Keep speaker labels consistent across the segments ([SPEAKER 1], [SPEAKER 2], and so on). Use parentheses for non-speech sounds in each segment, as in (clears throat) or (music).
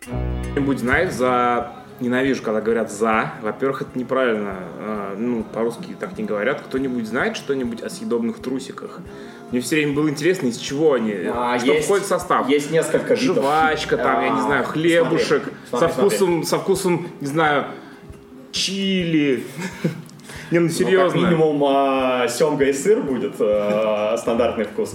[SPEAKER 1] Кто-нибудь знает за... Ненавижу, когда говорят «за». Во-первых, это неправильно. Э, Ну, по-русски так не говорят. Кто-нибудь знает что-нибудь о съедобных трусиках? Мне все время было интересно, из чего они, э,
[SPEAKER 2] А,
[SPEAKER 1] что
[SPEAKER 2] есть-
[SPEAKER 1] входит в состав.
[SPEAKER 2] Есть несколько видов.
[SPEAKER 1] Жвачка, там, я не
[SPEAKER 2] А,
[SPEAKER 1] знаю, хлебушек. со
[SPEAKER 2] смотри, смотри, Ну,
[SPEAKER 1] вкусом, со вкусом, не знаю, чили. (laughs) Не, ну
[SPEAKER 2] Ну, как
[SPEAKER 1] серьезно.
[SPEAKER 2] минимум а, семга и сыр будет а, стандартный вкус.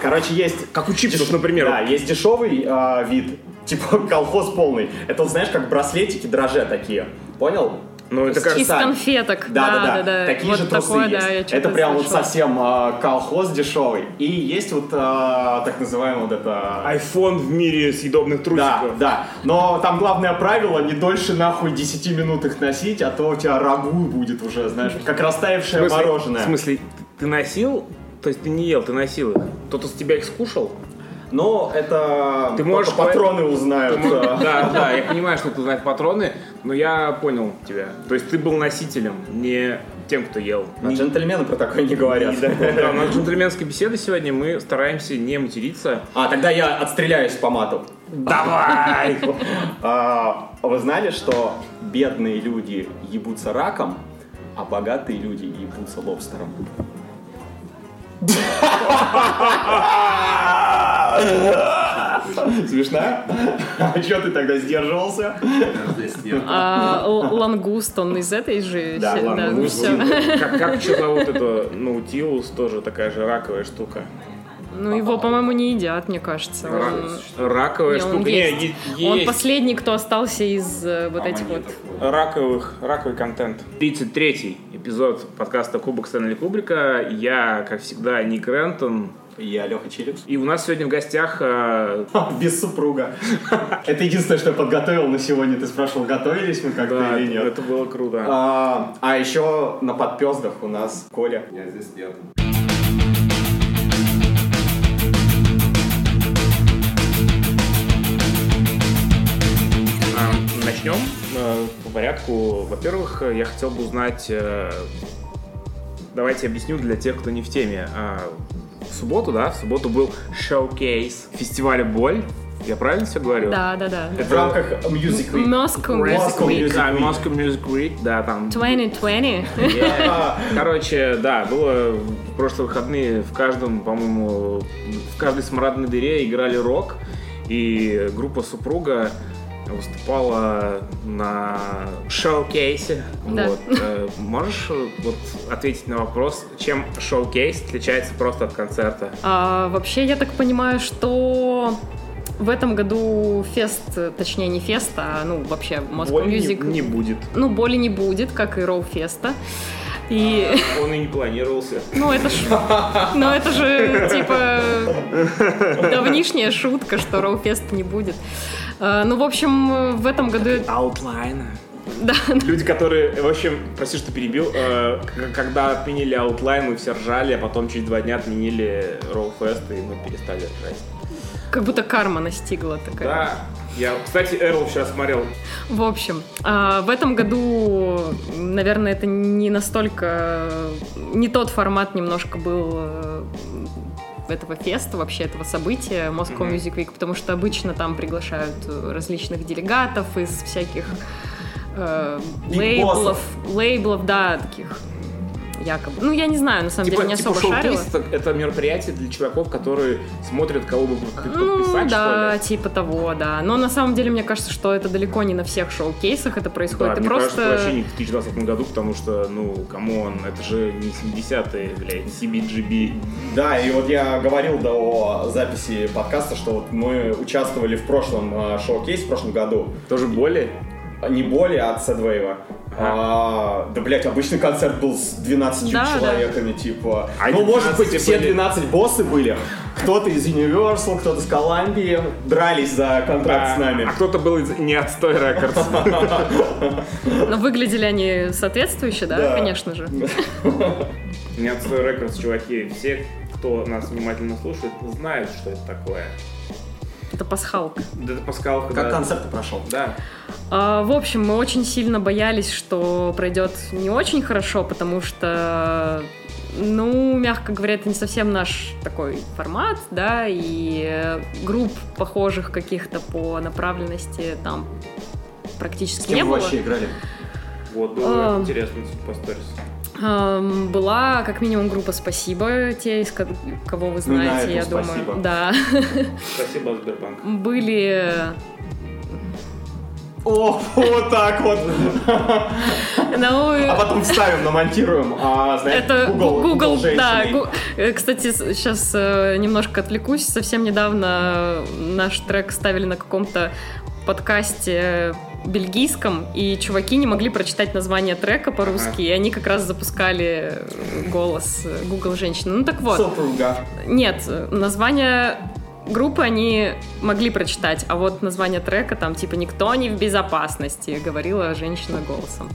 [SPEAKER 2] Короче, есть...
[SPEAKER 1] Как у чипсов,
[SPEAKER 2] деш-
[SPEAKER 1] например.
[SPEAKER 2] Да, есть дешевый а, вид, (laughs) типа колхоз полный. Это, вот, знаешь, как браслетики, дрожжи такие. Понял?
[SPEAKER 1] Ну, это
[SPEAKER 2] С
[SPEAKER 1] как-
[SPEAKER 2] часами.
[SPEAKER 1] Из
[SPEAKER 3] Из конфеток.
[SPEAKER 2] Да-да-да, такие
[SPEAKER 3] вот
[SPEAKER 2] же трусы
[SPEAKER 3] такое,
[SPEAKER 2] есть.
[SPEAKER 3] да, я
[SPEAKER 2] это
[SPEAKER 3] чё-то
[SPEAKER 2] прям вот
[SPEAKER 3] слышала.
[SPEAKER 2] совсем а, колхоз дешевый. И есть вот а, так называемый вот это...
[SPEAKER 1] Айфон в мире съедобных
[SPEAKER 2] Да,
[SPEAKER 1] трусиков.
[SPEAKER 2] да. Но там главное правило не дольше нахуй 10 минут их носить, а то у тебя рагу будет уже, знаешь, как
[SPEAKER 1] В
[SPEAKER 2] растаявшее
[SPEAKER 1] смысле-
[SPEAKER 2] мороженое.
[SPEAKER 1] В смысле, ты носил? То есть ты не ел, ты носил их. Кто-то с тебя их скушал?
[SPEAKER 2] Но Ну, это
[SPEAKER 1] Ты
[SPEAKER 2] только
[SPEAKER 1] можешь
[SPEAKER 2] патроны узнают. а.
[SPEAKER 1] Да, да, я понимаю, что ты знаешь патроны, но я понял тебя. То есть ты был носителем, не тем, кто ел.
[SPEAKER 2] А Джентльмены про такое не говорят.
[SPEAKER 1] Да, у нас джентльменская беседа сегодня, мы стараемся не материться.
[SPEAKER 2] А, тогда я отстреляюсь по мату.
[SPEAKER 1] Давай!
[SPEAKER 2] (laughs) А, Вы знали, что бедные люди ебутся раком, а богатые люди ебутся лобстером? (laughs) Смешно? А что ты тогда сдерживался? (laughs)
[SPEAKER 3] А, л- лангуст, он из этой же...
[SPEAKER 2] Да, ну
[SPEAKER 3] се-
[SPEAKER 2] лангуст.
[SPEAKER 3] всё.
[SPEAKER 1] Как, как еще зовут это Наутилус, тоже такая же раковая штука.
[SPEAKER 3] Ну, его, по-моему, не едят, мне кажется.
[SPEAKER 1] Ра-
[SPEAKER 3] Он-
[SPEAKER 1] раковая
[SPEAKER 3] не, он
[SPEAKER 1] штука. Не,
[SPEAKER 3] есть.
[SPEAKER 1] е-
[SPEAKER 3] Он
[SPEAKER 1] есть.
[SPEAKER 3] последний, кто остался из э, вот этих вот...
[SPEAKER 1] раковых, раковый контент. 33-й эпизод подкаста Кубок Стэнли Кубрика. Я, как всегда, Ник Рентон.
[SPEAKER 2] Я Леха Челюкс.
[SPEAKER 1] И у нас сегодня в гостях э,
[SPEAKER 2] Без супруга. (laughs) Это единственное, что я подготовил на сегодня. Ты спрашивал, готовились мы как-то
[SPEAKER 1] да,
[SPEAKER 2] или нет?
[SPEAKER 1] это было круто.
[SPEAKER 2] А, а еще на подпездах у нас Коля.
[SPEAKER 4] Я здесь нет.
[SPEAKER 1] А, начнем э, по порядку. Во-первых, э, я хотел бы узнать, э, давайте объясню для тех, кто не в теме. А, в субботу, да, в субботу был шоу-кейс фестиваля «Боль». Я правильно все говорю?
[SPEAKER 3] Да, да, да.
[SPEAKER 2] В рамках Music Week.
[SPEAKER 3] Moscow Music
[SPEAKER 2] Moscow
[SPEAKER 3] Week
[SPEAKER 2] Music
[SPEAKER 1] Да,
[SPEAKER 2] Week.
[SPEAKER 1] Moscow Music Week, да, там
[SPEAKER 3] 2020.
[SPEAKER 2] А,
[SPEAKER 1] Короче, да, было в прошлые выходные в каждом, по-моему, в каждой смрадной дыре играли рок, и группа супруга выступала на шоу-кейсе.
[SPEAKER 3] Да.
[SPEAKER 1] Вот. Э, Можешь э, вот, ответить на вопрос, чем шоу-кейс отличается просто от концерта?
[SPEAKER 3] (laughs) А, вообще, я так понимаю, что в этом году фест, э, точнее не фест, а ну вообще Moscow
[SPEAKER 1] Боли не-
[SPEAKER 3] Music.
[SPEAKER 1] не, будет.
[SPEAKER 3] Ну, боли не будет, как и Роу Феста.
[SPEAKER 2] А.
[SPEAKER 3] И,
[SPEAKER 1] Он и не планировался.
[SPEAKER 3] ну, это ж, ну, это же, типа, давнишняя шутка, что Роу Феста не будет. А, Ну, в общем, э, в этом году...
[SPEAKER 1] Аутлайн.
[SPEAKER 3] Да,
[SPEAKER 1] Люди, которые, в общем, прости, что перебил, э, к- когда отменили аутлайн, мы все ржали, а потом через два дня отменили Роуфест, и мы перестали ржать.
[SPEAKER 3] как будто карма настигла такая.
[SPEAKER 1] Да. Я, кстати, Эрл вчера смотрел.
[SPEAKER 3] В общем, а, в этом году, наверное, это не настолько... Не тот формат немножко был э, этого феста, вообще этого события Moscow
[SPEAKER 1] Мгм.
[SPEAKER 3] Music Week, потому что обычно там приглашают э, различных делегатов из всяких э, лейблов,
[SPEAKER 2] боссов.
[SPEAKER 3] лейблов, да, таких якобы. Ну, я не знаю, на самом
[SPEAKER 1] типа,
[SPEAKER 3] деле, не
[SPEAKER 1] типа
[SPEAKER 3] особо шарила.
[SPEAKER 1] шоу-кейс это- это мероприятие для чуваков, которые смотрят, кого бы под-
[SPEAKER 3] Ну
[SPEAKER 1] подписать, Типа что
[SPEAKER 3] да,
[SPEAKER 1] ли.
[SPEAKER 3] типа того, да. Но на самом деле мне кажется, что это далеко не на всех шоу-кейсах типа, это происходит. Ты
[SPEAKER 1] мне
[SPEAKER 3] просто...
[SPEAKER 1] кажется, это вообще не в 2020 году, потому что, ну, камон, это же не 70-е, блядь, CBGB.
[SPEAKER 2] Да, и вот я говорил до о записи подкаста, что вот мы участвовали в прошлом а, шоу-кейсе, в прошлом году. А,
[SPEAKER 1] Тоже боли?
[SPEAKER 2] Не более от Сэдвейва.
[SPEAKER 1] Ага.
[SPEAKER 2] А, да, блять, обычный концерт был с 12
[SPEAKER 3] Да, да.
[SPEAKER 2] человеками, типа.
[SPEAKER 1] А
[SPEAKER 2] ну,
[SPEAKER 1] эти
[SPEAKER 2] может быть,
[SPEAKER 1] 12
[SPEAKER 2] все
[SPEAKER 1] были-
[SPEAKER 2] 12 боссы были. Кто-то из Universal, кто-то из Колумбии. Дрались за контракт с нами.
[SPEAKER 1] А кто-то был из не отстой
[SPEAKER 2] (laughs)
[SPEAKER 1] рекордс.
[SPEAKER 3] Но Ну, выглядели они соответствующе, да,
[SPEAKER 2] Да.
[SPEAKER 3] конечно же.
[SPEAKER 1] Не отстой рекордс, чуваки. Все, кто нас внимательно слушает, знают, что это такое.
[SPEAKER 3] Это пасхалка.
[SPEAKER 1] Да это паскалка,
[SPEAKER 2] Как
[SPEAKER 1] да.
[SPEAKER 2] концерт ты прошел?
[SPEAKER 1] Да.
[SPEAKER 3] А, в общем, мы очень сильно боялись, что пройдет не очень хорошо, потому что Ну, мягко говоря, это не совсем наш такой формат, да, и э, групп похожих каких-то по направленности там
[SPEAKER 2] С
[SPEAKER 3] практически
[SPEAKER 2] кем
[SPEAKER 3] не
[SPEAKER 2] вы
[SPEAKER 3] было.
[SPEAKER 2] вообще играли?
[SPEAKER 1] Вот, было
[SPEAKER 3] Эм.
[SPEAKER 1] интересно судя по сторис.
[SPEAKER 3] Эм, Была как минимум группа «Спасибо», те, из ко- кого вы
[SPEAKER 2] Вспоминаем
[SPEAKER 3] знаете, я
[SPEAKER 2] эту
[SPEAKER 3] думаю.
[SPEAKER 2] «Спасибо».
[SPEAKER 3] Да. (laughs)
[SPEAKER 1] Спасибо, Сбербанк.
[SPEAKER 3] Были...
[SPEAKER 2] О, вот так вот.
[SPEAKER 3] Ну,
[SPEAKER 2] А потом вставим, намонтируем. А, знаете,
[SPEAKER 3] Это
[SPEAKER 2] Google,
[SPEAKER 3] Google,
[SPEAKER 2] женщины.
[SPEAKER 3] да. Гу- э, Кстати, сейчас немножко отвлекусь. Совсем недавно наш трек ставили на каком-то подкасте бельгийском, и чуваки не могли прочитать название трека по-русски,
[SPEAKER 1] Ага.
[SPEAKER 3] и они как раз запускали э, голос э, Google женщины. Ну так вот.
[SPEAKER 2] Супруга.
[SPEAKER 3] Нет, э, название группы они могли прочитать, а вот название трека там типа «Никто не в безопасности», говорила женщина голосом.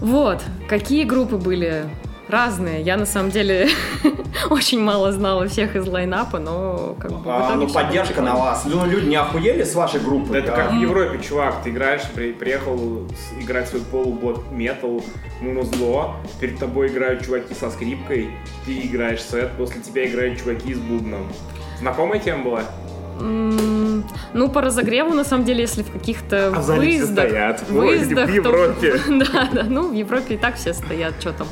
[SPEAKER 3] Вот, какие группы были разные. Я на самом деле (laughs) очень мало знала всех из лайнапа, но как бы... в
[SPEAKER 2] А,
[SPEAKER 3] итоге
[SPEAKER 2] ну,
[SPEAKER 3] всё было
[SPEAKER 2] поддержка
[SPEAKER 3] прикольно.
[SPEAKER 2] на вас. Ну, люди не охуели с вашей группы?
[SPEAKER 1] Это
[SPEAKER 2] А,
[SPEAKER 1] как в Европе, чувак, ты играешь, при- приехал с- играть свой полубот метал, ну зло, перед тобой играют чуваки со скрипкой, ты играешь сет, после тебя играют чуваки с бубном. Знакомая тема была?
[SPEAKER 3] М, Ну, по разогреву, на самом деле, если в каких-то
[SPEAKER 2] А
[SPEAKER 1] А
[SPEAKER 3] выездах... выездах, то- (laughs) Да, да, ну в Европе и так все стоят, что там.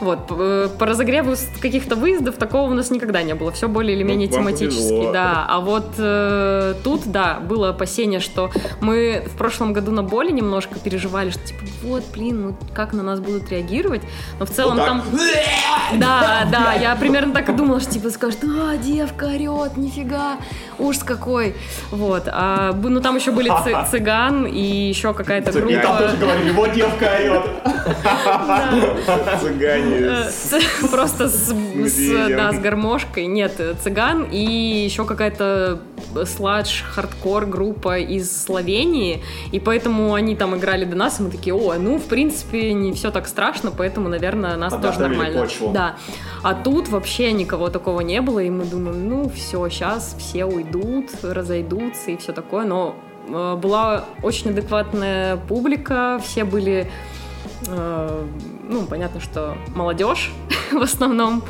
[SPEAKER 3] Вот, п- э, по разогреву с каких-то выездов такого у нас никогда не было. Все более или
[SPEAKER 1] Ну,
[SPEAKER 3] менее
[SPEAKER 1] вам
[SPEAKER 3] тематически,
[SPEAKER 1] повезло.
[SPEAKER 3] да. А вот э, тут, да, было опасение, что мы в прошлом году на боли немножко переживали, что типа, вот, блин, ну как на нас будут реагировать. Но в целом
[SPEAKER 2] вот так.
[SPEAKER 3] там... (laughs) Да, да, я примерно так и думала, что типа скажут, а, девка орет, нифига, ужас какой. Вот, а, б- ну там еще были цы- цыган и еще какая-то
[SPEAKER 2] И там
[SPEAKER 3] группа.
[SPEAKER 2] тоже говорили, вот девка орет.
[SPEAKER 3] Да.
[SPEAKER 1] Цыгане.
[SPEAKER 3] Э, с- (laughs) Просто с, с,
[SPEAKER 1] медведем.
[SPEAKER 3] да, с гармошкой. Нет, э, цыган и еще какая-то сладж хардкор группа из Словении. И поэтому они там играли до нас, и мы такие, о, ну, в принципе, не все так страшно, поэтому, наверное, нас тоже
[SPEAKER 2] Подготовили
[SPEAKER 3] нормально.
[SPEAKER 2] почву.
[SPEAKER 3] Да. А тут вообще никого такого не было, и мы думаем, ну, все, сейчас все уйдут, разойдутся и все такое, но э, была очень адекватная публика, все были Э, ну, понятно, что молодежь (laughs) в основном,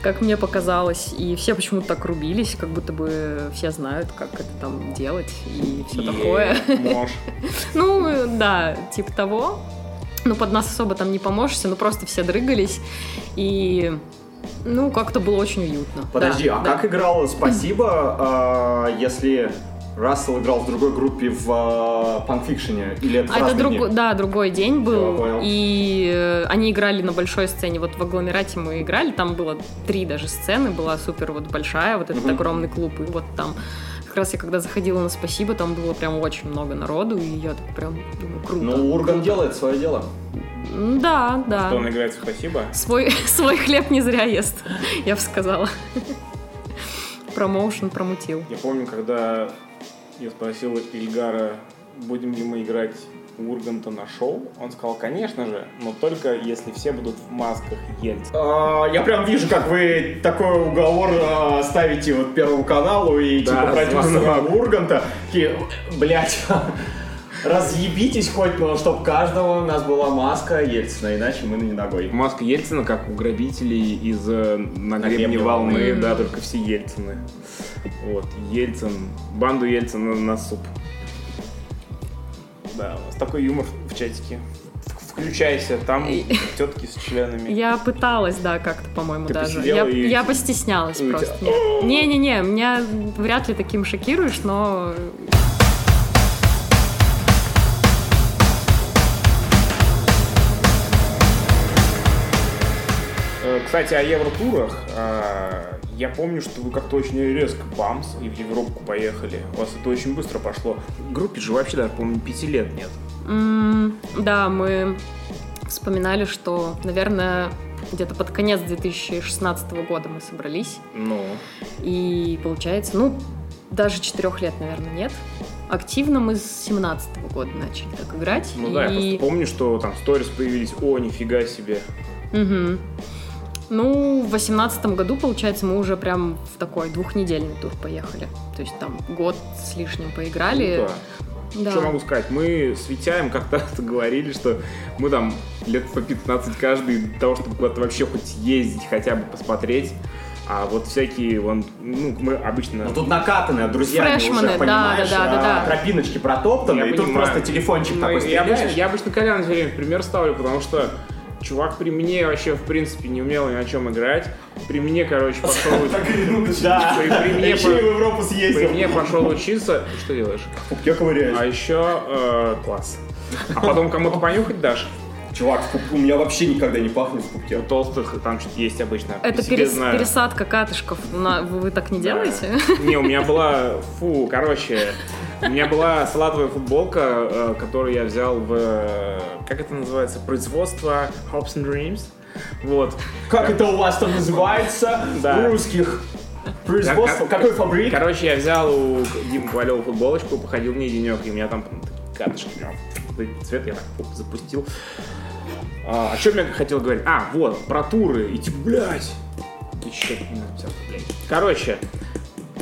[SPEAKER 3] как мне показалось, и все почему-то так рубились, как будто бы все знают, как это там делать и все такое.
[SPEAKER 1] Мож.
[SPEAKER 3] Ну, э, да, типа того. Ну, под нас особо там не поможешься, ну, просто все дрыгались, и, ну, как-то было очень уютно. Да,
[SPEAKER 2] Подожди, а
[SPEAKER 3] да.
[SPEAKER 2] как играл «Спасибо», а, если Рассел играл в другой группе в а, панкфикшене? Или это в
[SPEAKER 3] А это
[SPEAKER 2] разные дни?
[SPEAKER 3] друг... да, другой день
[SPEAKER 2] Я
[SPEAKER 3] был.
[SPEAKER 2] понял.
[SPEAKER 3] и э, они играли на большой сцене. Вот в агломерате мы играли, там было три даже сцены, была супер вот большая, вот этот
[SPEAKER 2] Мгм.
[SPEAKER 3] огромный клуб, и вот там как раз я когда заходила на «Спасибо», там было прям очень много народу, и я так прям думаю, круто.
[SPEAKER 2] Ну, Урган
[SPEAKER 3] круто.
[SPEAKER 2] делает свое дело.
[SPEAKER 3] М, Да, да.
[SPEAKER 1] Что он играет, спасибо.
[SPEAKER 3] Свой, (laughs) свой хлеб не зря ест, я бы сказала. Промоушен промутил.
[SPEAKER 1] Я помню, когда я спросил Ильгара, будем ли мы играть у Урганта на шоу, он сказал, конечно же, но только если все будут в масках Ельцина.
[SPEAKER 2] А, Я прям вижу, как вы такой уговор а, ставите вот Первому каналу и
[SPEAKER 1] Да,
[SPEAKER 2] типа продюсера
[SPEAKER 1] звонок.
[SPEAKER 2] Урганта. Такие, блядь, (laughs) разъебитесь хоть, но чтобы каждого у нас была маска Ельцина, иначе мы на ногой.
[SPEAKER 1] Маска Ельцина, как у грабителей из э, «На
[SPEAKER 2] На
[SPEAKER 1] гребне
[SPEAKER 2] гребне
[SPEAKER 1] волны»,
[SPEAKER 3] волны.
[SPEAKER 1] да, только все Ельцины. Вот, Ельцин, банду Ельцина на суп. Да, у вас такой юмор в чатике. В- Включайся, там
[SPEAKER 3] И-
[SPEAKER 1] тетки с членами.
[SPEAKER 3] Я пыталась, да, как-то, по-моему,
[SPEAKER 1] Ты
[SPEAKER 3] даже. Я,
[SPEAKER 1] посидела и-
[SPEAKER 3] я постеснялась
[SPEAKER 1] и у
[SPEAKER 3] просто. Не-не-не, меня вряд ли таким шокируешь, но...
[SPEAKER 1] Э, Кстати, о Евротурах. Э, Я помню, что вы как-то очень резко бамс и в Европку поехали. У вас это очень быстро пошло. Группе же вообще даже, по-моему, пяти лет нет.
[SPEAKER 3] м, Да, мы вспоминали, что, наверное, где-то под конец 2016 года мы собрались.
[SPEAKER 1] Ну,
[SPEAKER 3] И получается, ну, даже четырех лет, наверное, нет. Активно мы с 17 года начали так играть.
[SPEAKER 1] ну да, я
[SPEAKER 3] и-
[SPEAKER 1] просто помню, что там сторис появились. О, нифига себе.
[SPEAKER 3] Мгм. Ну, в восемнадцатом году, получается, мы уже прям в такой двухнедельный тур поехали. То есть там год с лишним поиграли.
[SPEAKER 1] Круто.
[SPEAKER 3] Да.
[SPEAKER 1] Ну Что могу сказать? Мы с Витяем как-то (laughs) говорили, что мы там лет по 15 каждый для того, чтобы куда-то вообще хоть ездить, хотя бы посмотреть. А вот всякие, вон, ну, мы обычно...
[SPEAKER 2] Ну тут накатанные, друзья,
[SPEAKER 3] Фрешмены,
[SPEAKER 2] уже,
[SPEAKER 3] да,
[SPEAKER 2] понимаешь,
[SPEAKER 3] да, да, да,
[SPEAKER 2] а,
[SPEAKER 3] да.
[SPEAKER 2] тропиночки протоптаны,
[SPEAKER 1] Я
[SPEAKER 2] и тут
[SPEAKER 1] понимаю.
[SPEAKER 2] просто телефончик
[SPEAKER 1] Ну,
[SPEAKER 2] такой
[SPEAKER 1] я обычно,
[SPEAKER 2] (laughs) стреляешь.
[SPEAKER 1] я обычно Коляна все время в пример ставлю, потому что чувак при мне вообще, в принципе, не умел ни о чем играть. При мне, короче, пошел...
[SPEAKER 2] (laughs) Да,
[SPEAKER 1] При- при мне
[SPEAKER 2] еще
[SPEAKER 1] по-
[SPEAKER 2] и в Европу
[SPEAKER 1] При
[SPEAKER 2] съездил.
[SPEAKER 1] мне пошел учиться. Что делаешь?
[SPEAKER 2] пупке ковыряюсь.
[SPEAKER 1] А еще... э, класс. А потом кому-то понюхать дашь?
[SPEAKER 2] Чувак, в пуп- у меня вообще никогда не пахнет в
[SPEAKER 1] У
[SPEAKER 2] пупке.
[SPEAKER 1] толстых там что-то есть обычно.
[SPEAKER 3] Это
[SPEAKER 1] По себе
[SPEAKER 3] перес-
[SPEAKER 1] знаю.
[SPEAKER 3] пересадка катышков. На- вы, вы так не
[SPEAKER 1] Да.
[SPEAKER 3] делаете? (laughs)
[SPEAKER 1] Не, у меня была, фу, короче, у меня была салатовая футболка, э, которую я взял в, э, как это называется, производство Hopes and Dreams. Вот.
[SPEAKER 2] Как это у вас там называется?
[SPEAKER 1] Да.
[SPEAKER 2] У русских
[SPEAKER 1] Да,
[SPEAKER 2] производство.
[SPEAKER 1] как-
[SPEAKER 2] Какой фабрик?
[SPEAKER 1] Короче, я взял у Димы Ковалева футболочку, походил в ней денек, и у меня там прям такие катышки прям такой цвет я так фу, запустил. А, о чем я хотел говорить? А, вот, про туры. И типа, блядь, тысяча пятьдесят рублей. Короче,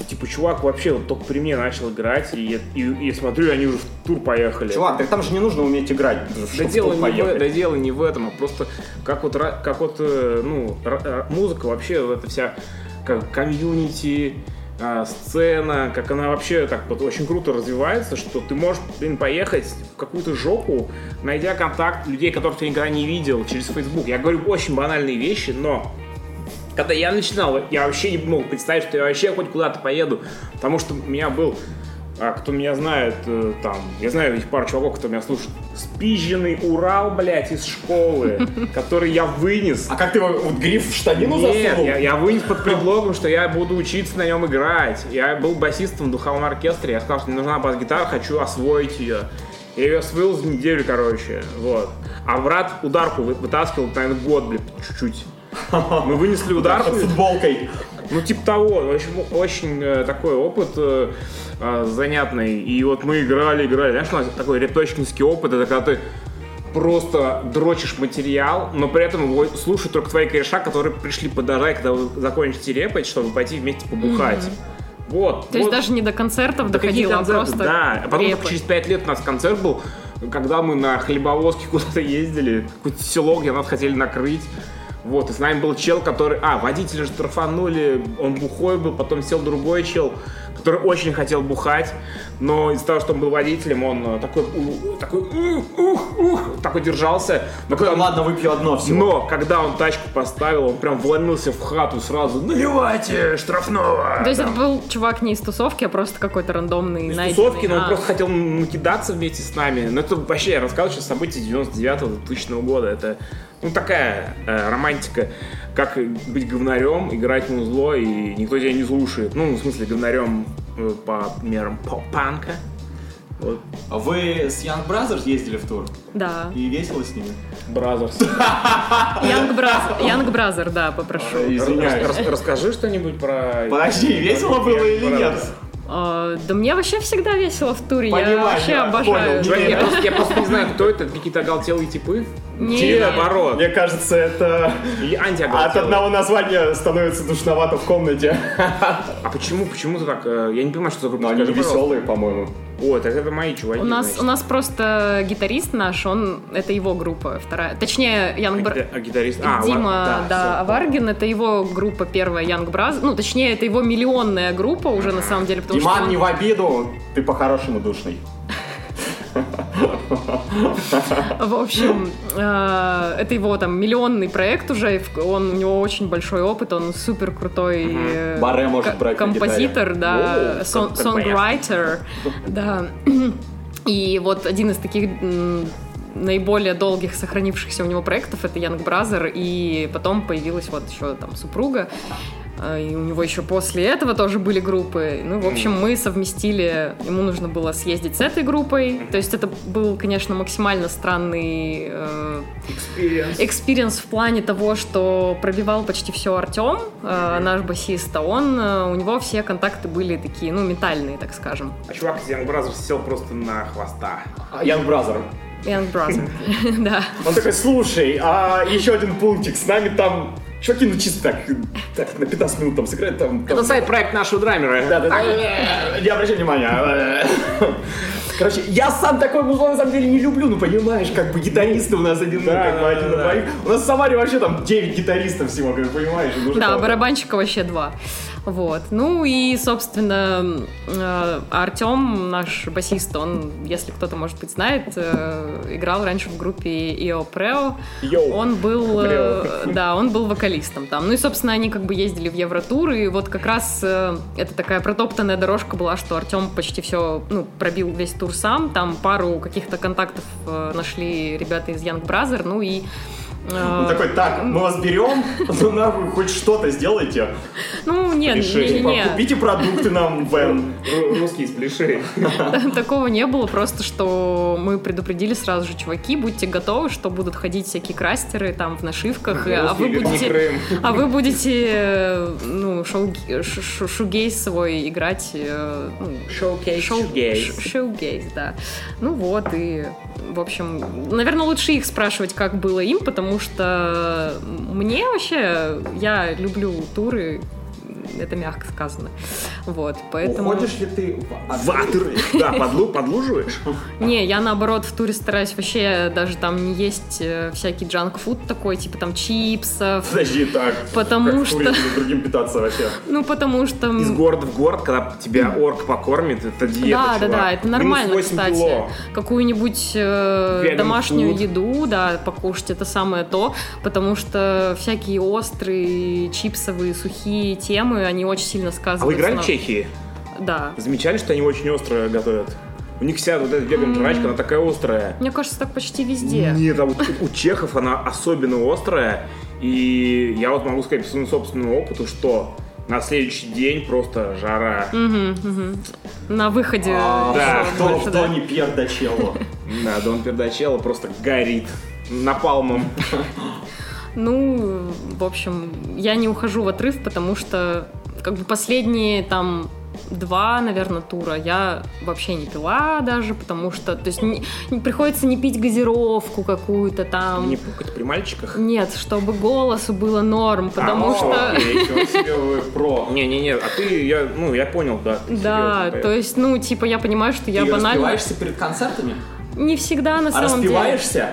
[SPEAKER 1] типа, чувак вообще вот только при мне начал играть, и, я- и, и смотрю, они уже в тур поехали.
[SPEAKER 2] Чувак, так там же не нужно уметь играть,
[SPEAKER 1] Да
[SPEAKER 2] чтобы
[SPEAKER 1] дело,
[SPEAKER 2] тут
[SPEAKER 1] не в, э,
[SPEAKER 2] поехать.
[SPEAKER 1] да дело не в этом, а просто как вот, ра- как вот э, ну, ра- ра- музыка вообще, вот эта вся как комьюнити, а, сцена, как она вообще так вот очень круто развивается, что ты можешь, блин, поехать в какую-то жопу, найдя контакт людей, которых ты никогда не видел через Facebook. Я говорю очень банальные вещи, но когда я начинал, я вообще не мог представить, что я вообще хоть куда-то поеду, потому что у меня был, а, кто меня знает, э, там, я знаю этих пару чуваков, кто меня слушает, спизженный Урал, блядь, из школы, который я вынес.
[SPEAKER 2] А как ты его вот гриф в штанину
[SPEAKER 1] Нет,
[SPEAKER 2] засунул?
[SPEAKER 1] я, я вынес под предлогом, что я буду учиться на нем играть. Я был басистом в духовом оркестре, я сказал, что мне нужна бас-гитара, хочу освоить ее. Я ее освоил за неделю, короче, вот. А брат ударку вы- вытаскивал, наверное, год, блядь, чуть-чуть. Мы вынесли
[SPEAKER 2] Под
[SPEAKER 1] ударку,
[SPEAKER 2] футболкой.
[SPEAKER 1] ну, типа того, очень, очень э, такой опыт э, э, занятный. И вот мы играли, играли. Знаешь, у нас такой репеточнинский опыт, это когда ты просто дрочишь материал, но при этом его слушают только твои кореша, которые пришли подождать, когда вы закончите репать, чтобы пойти вместе побухать. Вот.
[SPEAKER 3] То есть
[SPEAKER 1] вот.
[SPEAKER 3] даже не до концертов
[SPEAKER 1] Да какие
[SPEAKER 3] доходило, а
[SPEAKER 1] концерты?
[SPEAKER 3] просто
[SPEAKER 1] Да, а потом
[SPEAKER 3] репы.
[SPEAKER 1] через пять лет у нас концерт был, когда мы на хлебовозке (laughs) куда-то ездили, какое-то село, где нас хотели накрыть. Вот, и с нами был чел, который... А, водителя штрафанули, он бухой был, потом сел другой чел, который очень хотел бухать, но из-за того, что он был водителем, он э, такой... у- такой... ух, ух, ух, такой держался. Но когда
[SPEAKER 2] Такой,
[SPEAKER 1] он-
[SPEAKER 2] ладно, выпью одно всего.
[SPEAKER 1] но когда он тачку поставил, он прям вломился в хату сразу. Наливайте штрафного!
[SPEAKER 3] То есть
[SPEAKER 1] Там.
[SPEAKER 3] это был чувак не из тусовки, а просто какой-то рандомный
[SPEAKER 1] из
[SPEAKER 3] найденный.
[SPEAKER 1] тусовки, но он
[SPEAKER 3] А.
[SPEAKER 1] просто хотел накидаться вместе с нами. Но это вообще, я рассказываю сейчас события 99-2000 года. Это, ну, такая э, романтика, как быть говнарем, играть музло, и никто тебя не слушает. Ну, в смысле, говнарем э, по мерам поп-панка. Вот,
[SPEAKER 2] Вы с Young Brothers ездили в тур?
[SPEAKER 3] Да.
[SPEAKER 2] И весело с ними?
[SPEAKER 1] (laughs) Бразерс.
[SPEAKER 3] Young Brother, Young Brother, да, попрошу.
[SPEAKER 1] А,
[SPEAKER 2] Извиняюсь.
[SPEAKER 1] Рас- Расскажи что-нибудь про...
[SPEAKER 2] Подожди, весело было или нет?
[SPEAKER 3] А, да мне вообще всегда весело в туре.
[SPEAKER 2] Понимаю,
[SPEAKER 3] я вообще
[SPEAKER 2] да,
[SPEAKER 3] обожаю.
[SPEAKER 2] понял.
[SPEAKER 1] Чувак, Я просто, я просто не знаю, кто это, это какие-то оголтелые типы?
[SPEAKER 3] Нет.
[SPEAKER 1] Или наоборот?
[SPEAKER 2] Мне кажется, это
[SPEAKER 1] Или
[SPEAKER 2] от
[SPEAKER 1] антиоголтелые?
[SPEAKER 2] одного названия становится душновато в комнате.
[SPEAKER 1] А почему, почему ты так? э, Я не понимаю, что за группа.
[SPEAKER 2] Но они
[SPEAKER 1] Скажи, пожалуйста.
[SPEAKER 2] веселые, по-моему.
[SPEAKER 1] О, так это мои чуваки.
[SPEAKER 3] У нас,
[SPEAKER 1] значит.
[SPEAKER 3] у нас просто гитарист наш, он это его группа вторая. Точнее,
[SPEAKER 1] А
[SPEAKER 3] Young Bra-
[SPEAKER 1] гита- а гитарист.
[SPEAKER 3] Дима,
[SPEAKER 1] А, ладно,
[SPEAKER 3] да,
[SPEAKER 1] всё.
[SPEAKER 3] Аваргин, это его группа первая Young Brothers. Ну, точнее, это его миллионная группа уже на самом деле, потому что
[SPEAKER 2] Диман,
[SPEAKER 3] он-
[SPEAKER 2] не в обиду, ты по-хорошему душный.
[SPEAKER 3] В общем, э, это его там миллионный проект уже, и в- он у него очень большой опыт, он супер крутой э,
[SPEAKER 2] Баре может
[SPEAKER 3] ко-
[SPEAKER 2] брать на гитаре.
[SPEAKER 3] композитор, да,
[SPEAKER 1] Воу,
[SPEAKER 3] сон-
[SPEAKER 1] как- как
[SPEAKER 3] songwriter, да. (clears throat) И вот один из таких м, наиболее долгих сохранившихся у него проектов это Young Brother, и потом появилась вот еще там супруга. Э, И у него еще после этого тоже были группы. Ну, в общем, мы совместили, ему нужно было съездить с этой группой. То есть это был, конечно, максимально странный э,
[SPEAKER 1] Experience.
[SPEAKER 3] экспириенс в плане того, что пробивал почти все Артем, э, наш басист, а он, э, у него все контакты были такие, ну, ментальные, так скажем.
[SPEAKER 1] А чувак из Young Brothers сел просто на хвоста.
[SPEAKER 2] Young Brother.
[SPEAKER 3] Young Brother, (laughs) да.
[SPEAKER 2] Он такой, слушай, а еще один пунктик, с нами там чуваки, ну чисто так, так на 15 минут там сыграть, там... там- э,
[SPEAKER 1] Это сайт-проект нашего драмера.
[SPEAKER 2] Да, да, да, не обращай внимания. э, Короче, я сам такой музло на самом деле не люблю, ну понимаешь, как бы гитаристы у нас один, ну,
[SPEAKER 1] Да,
[SPEAKER 2] как бы
[SPEAKER 1] да,
[SPEAKER 2] один на
[SPEAKER 1] да.
[SPEAKER 2] двоих. У нас в Самаре вообще там 9 гитаристов всего, как бы понимаешь. ну, и нужно
[SPEAKER 3] Да,
[SPEAKER 2] кого-то.
[SPEAKER 3] барабанщика вообще два. Вот. Ну и, собственно, э, Артем, наш басист, он, если кто-то, может быть, знает, э, играл раньше в группе Ио Прео.
[SPEAKER 1] Йоу.
[SPEAKER 3] Он был, э,
[SPEAKER 1] Прео.
[SPEAKER 3] да, он был вокалистом там. Ну и, собственно, они как бы ездили в Евротур, и вот как раз э, это такая протоптанная дорожка была, что Артем почти все, ну, пробил весь тур сам. Там пару каких-то контактов э, нашли ребята из Young Brother, ну и... э,
[SPEAKER 2] Он такой, Ну, так, мы вас берем,
[SPEAKER 3] (laughs)
[SPEAKER 2] ну нахуй хоть что-то сделайте.
[SPEAKER 3] ну, нет,
[SPEAKER 1] Решили.
[SPEAKER 3] не, не,
[SPEAKER 2] Типа,
[SPEAKER 3] не.
[SPEAKER 2] купите продукты нам, Вен.
[SPEAKER 1] Ру- Русские
[SPEAKER 3] (laughs)
[SPEAKER 1] сплеши.
[SPEAKER 3] Там такого не было, просто что мы предупредили сразу же, чуваки, будьте готовы, что будут ходить всякие крастеры там в нашивках, и- а
[SPEAKER 1] Русские
[SPEAKER 3] вы
[SPEAKER 1] верни
[SPEAKER 3] будете...
[SPEAKER 1] Крым.
[SPEAKER 3] А вы будете, э, ну, шоуге- ш- ш- шугейс свой играть. э, ну,
[SPEAKER 1] Шоукейс.
[SPEAKER 3] шоу-
[SPEAKER 1] Шоугейс.
[SPEAKER 3] ш- шоугейс, да. Ну вот, и, в общем, наверное, лучше их спрашивать, как было им, потому что мне вообще, я люблю туры, это мягко сказано. Вот, поэтому...
[SPEAKER 2] Уходишь ли ты в
[SPEAKER 1] Ватры. Да, подлу- подлуживаешь?
[SPEAKER 3] Не, я наоборот в туре стараюсь вообще даже там не есть э, всякий джанк-фуд такой, типа там чипсов.
[SPEAKER 2] Подожди, так.
[SPEAKER 3] Потому
[SPEAKER 2] как в
[SPEAKER 3] что-
[SPEAKER 2] Турции другим питаться
[SPEAKER 3] (laughs)
[SPEAKER 2] вообще.
[SPEAKER 3] Ну, потому что... м,
[SPEAKER 1] Из города в город, когда тебя орк покормит, это диета,
[SPEAKER 3] да, да, да,
[SPEAKER 1] чувак.
[SPEAKER 3] это
[SPEAKER 1] Минус
[SPEAKER 3] нормально,
[SPEAKER 1] 8
[SPEAKER 3] кстати.
[SPEAKER 1] кило.
[SPEAKER 3] Какую-нибудь э,
[SPEAKER 1] Веган
[SPEAKER 3] домашнюю
[SPEAKER 1] фуд.
[SPEAKER 3] еду, да, покушать это самое то, потому что всякие острые, чипсовые, сухие темы, они очень сильно сказываются.
[SPEAKER 1] А вы играли
[SPEAKER 3] на-
[SPEAKER 1] в Чехии?
[SPEAKER 3] Да.
[SPEAKER 1] Замечали, что они очень остро готовят? У них вся вот эта веган жрачка, она такая острая.
[SPEAKER 3] Мне кажется, так почти везде.
[SPEAKER 1] Нет, а вот у чехов она особенно острая. И я вот могу сказать по своему собственному опыту, что на следующий день просто жара.
[SPEAKER 3] Мгм, мгм. На выходе.
[SPEAKER 2] А,
[SPEAKER 1] да,
[SPEAKER 3] Э, всё
[SPEAKER 2] Кто
[SPEAKER 3] больше,
[SPEAKER 2] в
[SPEAKER 3] да.
[SPEAKER 2] Тони Пердачелло?
[SPEAKER 1] Да, Дон Пердачелло просто горит напалмом.
[SPEAKER 3] Ну, в общем, я не ухожу в отрыв, потому что как бы последние там два, наверное, тура я вообще не пила даже, потому что, то есть, не- не- приходится не пить газировку какую-то там.
[SPEAKER 1] Не пукать при мальчиках. А,
[SPEAKER 3] Нет, чтобы голосу было норм, потому
[SPEAKER 1] о,
[SPEAKER 3] (laughs) что...
[SPEAKER 2] Эй, чего себе вы про?
[SPEAKER 1] Не-не-не, а ты, я, ну, я понял, да. ты
[SPEAKER 3] Да,
[SPEAKER 1] серьезно, поэтому.
[SPEAKER 3] то есть, ну, типа, я понимаю, что (laughs) я
[SPEAKER 2] Ты
[SPEAKER 3] банально...
[SPEAKER 2] распиваешься перед концертами?
[SPEAKER 3] Не всегда, на
[SPEAKER 2] А
[SPEAKER 3] самом деле.
[SPEAKER 2] распиваешься?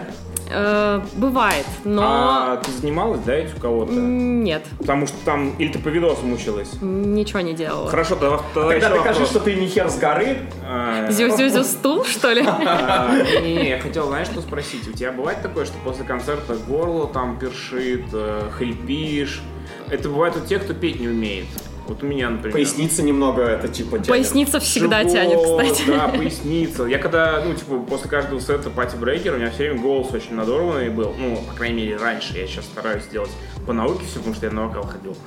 [SPEAKER 3] Э, бывает, но...
[SPEAKER 1] А ты занималась, да, этим у кого-то?
[SPEAKER 3] м, Нет,
[SPEAKER 1] Потому что там, или ты по видосам училась?
[SPEAKER 3] ничего не делала.
[SPEAKER 1] Хорошо, тогда, тогда
[SPEAKER 2] Тогда
[SPEAKER 1] еще
[SPEAKER 2] докажи,
[SPEAKER 1] вопрос.
[SPEAKER 2] что ты не хер с горы.
[SPEAKER 1] А,
[SPEAKER 3] Зю-зю-зю стул,
[SPEAKER 1] (laughs)
[SPEAKER 3] что ли?
[SPEAKER 1] а, Не-не-не, я хотел, знаешь, что спросить? У тебя бывает такое, что после концерта горло там першит, э, хрипишь? Это бывает у тех, кто петь не умеет. Вот у меня, например.
[SPEAKER 2] Поясница немного, это типа тянет.
[SPEAKER 3] Поясница всегда
[SPEAKER 1] Живот,
[SPEAKER 3] тянет, кстати.
[SPEAKER 1] Да, поясница. Я когда, ну, типа, после каждого сета пати брейкер, у меня все время голос очень надорванный был. Ну, по крайней мере, раньше. Я сейчас стараюсь делать по науке все, потому что я на вокал ходил.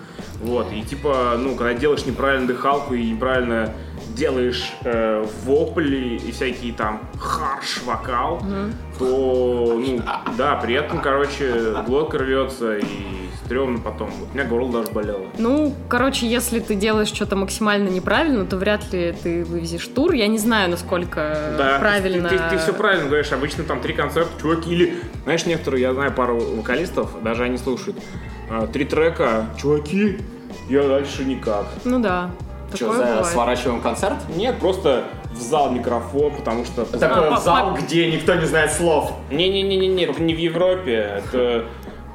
[SPEAKER 1] Вот, и типа, ну, когда делаешь неправильно дыхалку и неправильно делаешь э, вопли и всякие там харш-вокал, то, ну, да, при этом, короче, глотка рвется и стрёмно потом. Вот у меня горло даже болело.
[SPEAKER 3] Ну, короче, если ты делаешь что-то максимально неправильно, то вряд ли ты вывезешь тур. Я не знаю, насколько
[SPEAKER 1] Да,
[SPEAKER 3] правильно.
[SPEAKER 1] Ты, все правильно говоришь. Обычно там три концерта, чуваки, или, знаешь, некоторые, я знаю пару вокалистов, даже они слушают. а, Три трека, чуваки, я дальше никак.
[SPEAKER 3] Ну да.
[SPEAKER 2] Что,
[SPEAKER 3] такое
[SPEAKER 2] за
[SPEAKER 3] бывает.
[SPEAKER 2] сворачиваем концерт?
[SPEAKER 1] Нет, просто в зал микрофон, потому что...
[SPEAKER 2] Такой
[SPEAKER 3] А, по-
[SPEAKER 2] зал,
[SPEAKER 3] по-
[SPEAKER 2] где никто не знает слов.
[SPEAKER 1] Не-не-не-не, это не в Европе, это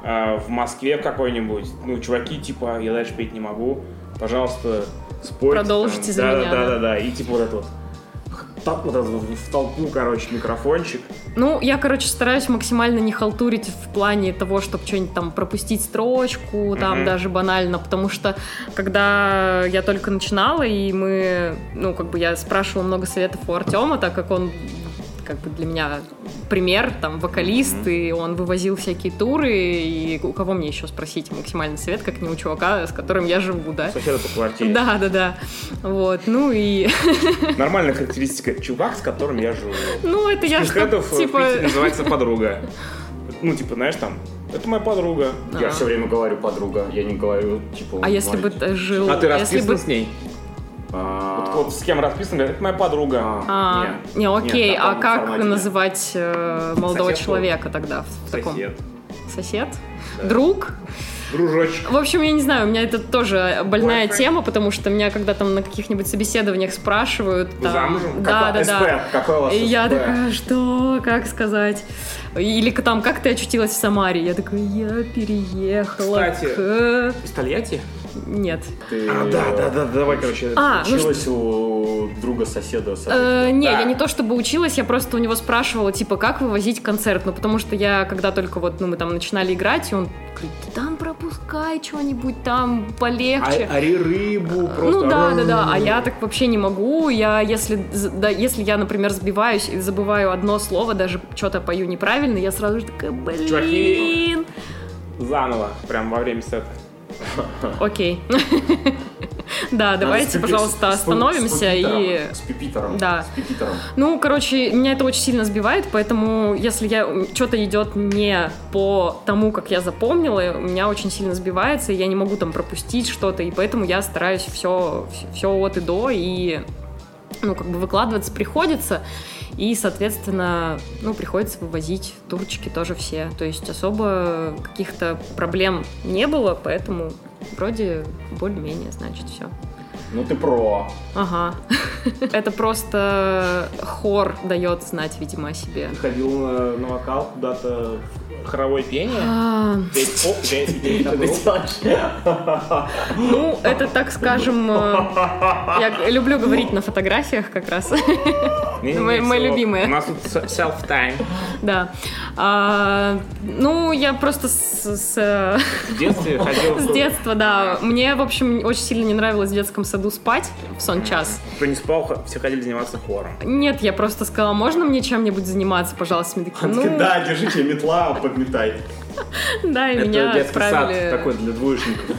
[SPEAKER 1] а, в Москве в какой-нибудь. Ну, чуваки, типа, я дальше петь не могу, пожалуйста, спойте. там.
[SPEAKER 3] Продолжите за
[SPEAKER 1] да,
[SPEAKER 3] меня,
[SPEAKER 1] Да, да,
[SPEAKER 3] да.
[SPEAKER 1] да, да, и типа вот это вот. Так вот это вот в толпу, короче, микрофончик.
[SPEAKER 3] Ну, я, короче, стараюсь максимально не халтурить в плане того, чтобы что-нибудь там пропустить строчку, там
[SPEAKER 1] Мгм.
[SPEAKER 3] даже банально, потому что когда я только начинала, и мы, ну, как бы я спрашивала много советов у Артема, так как он как бы для меня пример, там, вокалист, и он вывозил всякие туры, и у кого мне еще спросить максимальный совет, как не у чувака, с которым я живу, да?
[SPEAKER 1] Соседа по квартире.
[SPEAKER 3] Да, да, да. Вот, ну и... (laughs)
[SPEAKER 1] Нормальная характеристика. Чувак, с которым я живу.
[SPEAKER 3] Ну, это я что
[SPEAKER 1] Скинхедов э, в
[SPEAKER 3] типа...
[SPEAKER 1] Питере называется подруга. Ну, типа, знаешь, там, это моя подруга.
[SPEAKER 2] Я
[SPEAKER 3] А.
[SPEAKER 2] все время говорю подруга, я не говорю типа.
[SPEAKER 3] А если бы
[SPEAKER 2] мать.
[SPEAKER 3] ты жил...
[SPEAKER 1] А ты
[SPEAKER 3] Ну, если бы
[SPEAKER 1] расписан с ней?
[SPEAKER 2] А,
[SPEAKER 1] Вот вот с кем расписан, говорит, это моя подруга.
[SPEAKER 3] А, не, окей,
[SPEAKER 2] Нет, в
[SPEAKER 3] а
[SPEAKER 2] таком
[SPEAKER 3] как
[SPEAKER 2] формате нет.
[SPEAKER 3] называть э, молодого
[SPEAKER 1] Сосед был.
[SPEAKER 3] человека тогда в, таком?
[SPEAKER 1] Сосед.
[SPEAKER 3] Сосед?
[SPEAKER 1] Да.
[SPEAKER 3] Друг?
[SPEAKER 1] Дружочек.
[SPEAKER 3] В общем, я не знаю, у меня это тоже больная
[SPEAKER 1] Boyfriend.
[SPEAKER 3] тема, потому что меня когда там на каких-нибудь собеседованиях спрашивают...
[SPEAKER 1] Вы
[SPEAKER 3] там-
[SPEAKER 1] замужем?
[SPEAKER 3] Да,
[SPEAKER 2] Какой-
[SPEAKER 3] да, да.
[SPEAKER 2] СП, Какой у вас
[SPEAKER 3] И я
[SPEAKER 2] СП?
[SPEAKER 3] такая, что, как сказать? Или к- там, как ты очутилась в Самаре? Я такая, я переехала.
[SPEAKER 1] Кстати.
[SPEAKER 3] к-».
[SPEAKER 1] Из Тольятти?
[SPEAKER 3] Нет.
[SPEAKER 2] Ты
[SPEAKER 1] А, да, да, да, давай, короче.
[SPEAKER 3] А, ну
[SPEAKER 2] училась у друга соседа. соседа.
[SPEAKER 3] Э, не,
[SPEAKER 1] Да.
[SPEAKER 3] я не то чтобы училась, я просто у него спрашивала, типа, как вывозить концерт, ну, потому что я, когда только вот, ну, мы там начинали играть, и он говорит, «Да там пропускай что-нибудь, там полегче.
[SPEAKER 1] А- Ори рыбу просто.
[SPEAKER 3] Ну да, да, да. А я так вообще не могу. Я, если, з- да, если я, например, сбиваюсь и забываю одно слово, даже что-то пою неправильно, я сразу же такая, блин.
[SPEAKER 1] Чуваки. Заново, прям во время сета.
[SPEAKER 3] Окей. (laughs) Да,
[SPEAKER 2] Надо с
[SPEAKER 3] давайте,
[SPEAKER 2] пипи-
[SPEAKER 3] пожалуйста,
[SPEAKER 2] с- с-
[SPEAKER 3] остановимся
[SPEAKER 2] с пипитором,
[SPEAKER 3] и...
[SPEAKER 2] С пипитором.
[SPEAKER 3] Да.
[SPEAKER 2] С пипитором.
[SPEAKER 3] Ну, короче, меня это очень сильно сбивает, поэтому если я что-то идет не по тому, как я запомнила, у меня очень сильно сбивается, и я не могу там пропустить что-то, и поэтому я стараюсь все, все от и до, и ну, как бы выкладываться приходится, и, соответственно, ну, приходится вывозить турчики тоже все. То есть особо каких-то проблем не было, поэтому вроде более-менее, значит, все.
[SPEAKER 2] Ну ты про.
[SPEAKER 3] Ага. (laughs) Это просто хор дает знать, видимо, о себе.
[SPEAKER 1] Ходил на, на вокал куда-то в хоровое пение.
[SPEAKER 3] А,
[SPEAKER 1] Петь поп, петь, петь на группу.
[SPEAKER 3] Ну, это, так скажем, э, я люблю говорить на фотографиях как раз. (laughs)
[SPEAKER 1] Не-не-не,
[SPEAKER 3] Мои- мои
[SPEAKER 1] всё.
[SPEAKER 3] любимые.
[SPEAKER 1] У нас тут с- self-time.
[SPEAKER 3] Да. А, Ну, я просто с- с
[SPEAKER 1] В детстве ходил...
[SPEAKER 3] с детства, да. Мне, в общем, очень сильно не нравилось в детском саду спать в сон час.
[SPEAKER 1] Кто не спал, х- все ходили заниматься хором.
[SPEAKER 3] Нет, я просто сказала, можно мне чем-нибудь заниматься, пожалуйста? Мне такие,
[SPEAKER 2] Он
[SPEAKER 3] ну,
[SPEAKER 2] такой, Да, держите метла, подметай.
[SPEAKER 3] да, и меня
[SPEAKER 1] Это детский сад
[SPEAKER 3] отправили...
[SPEAKER 1] такой для двоечников.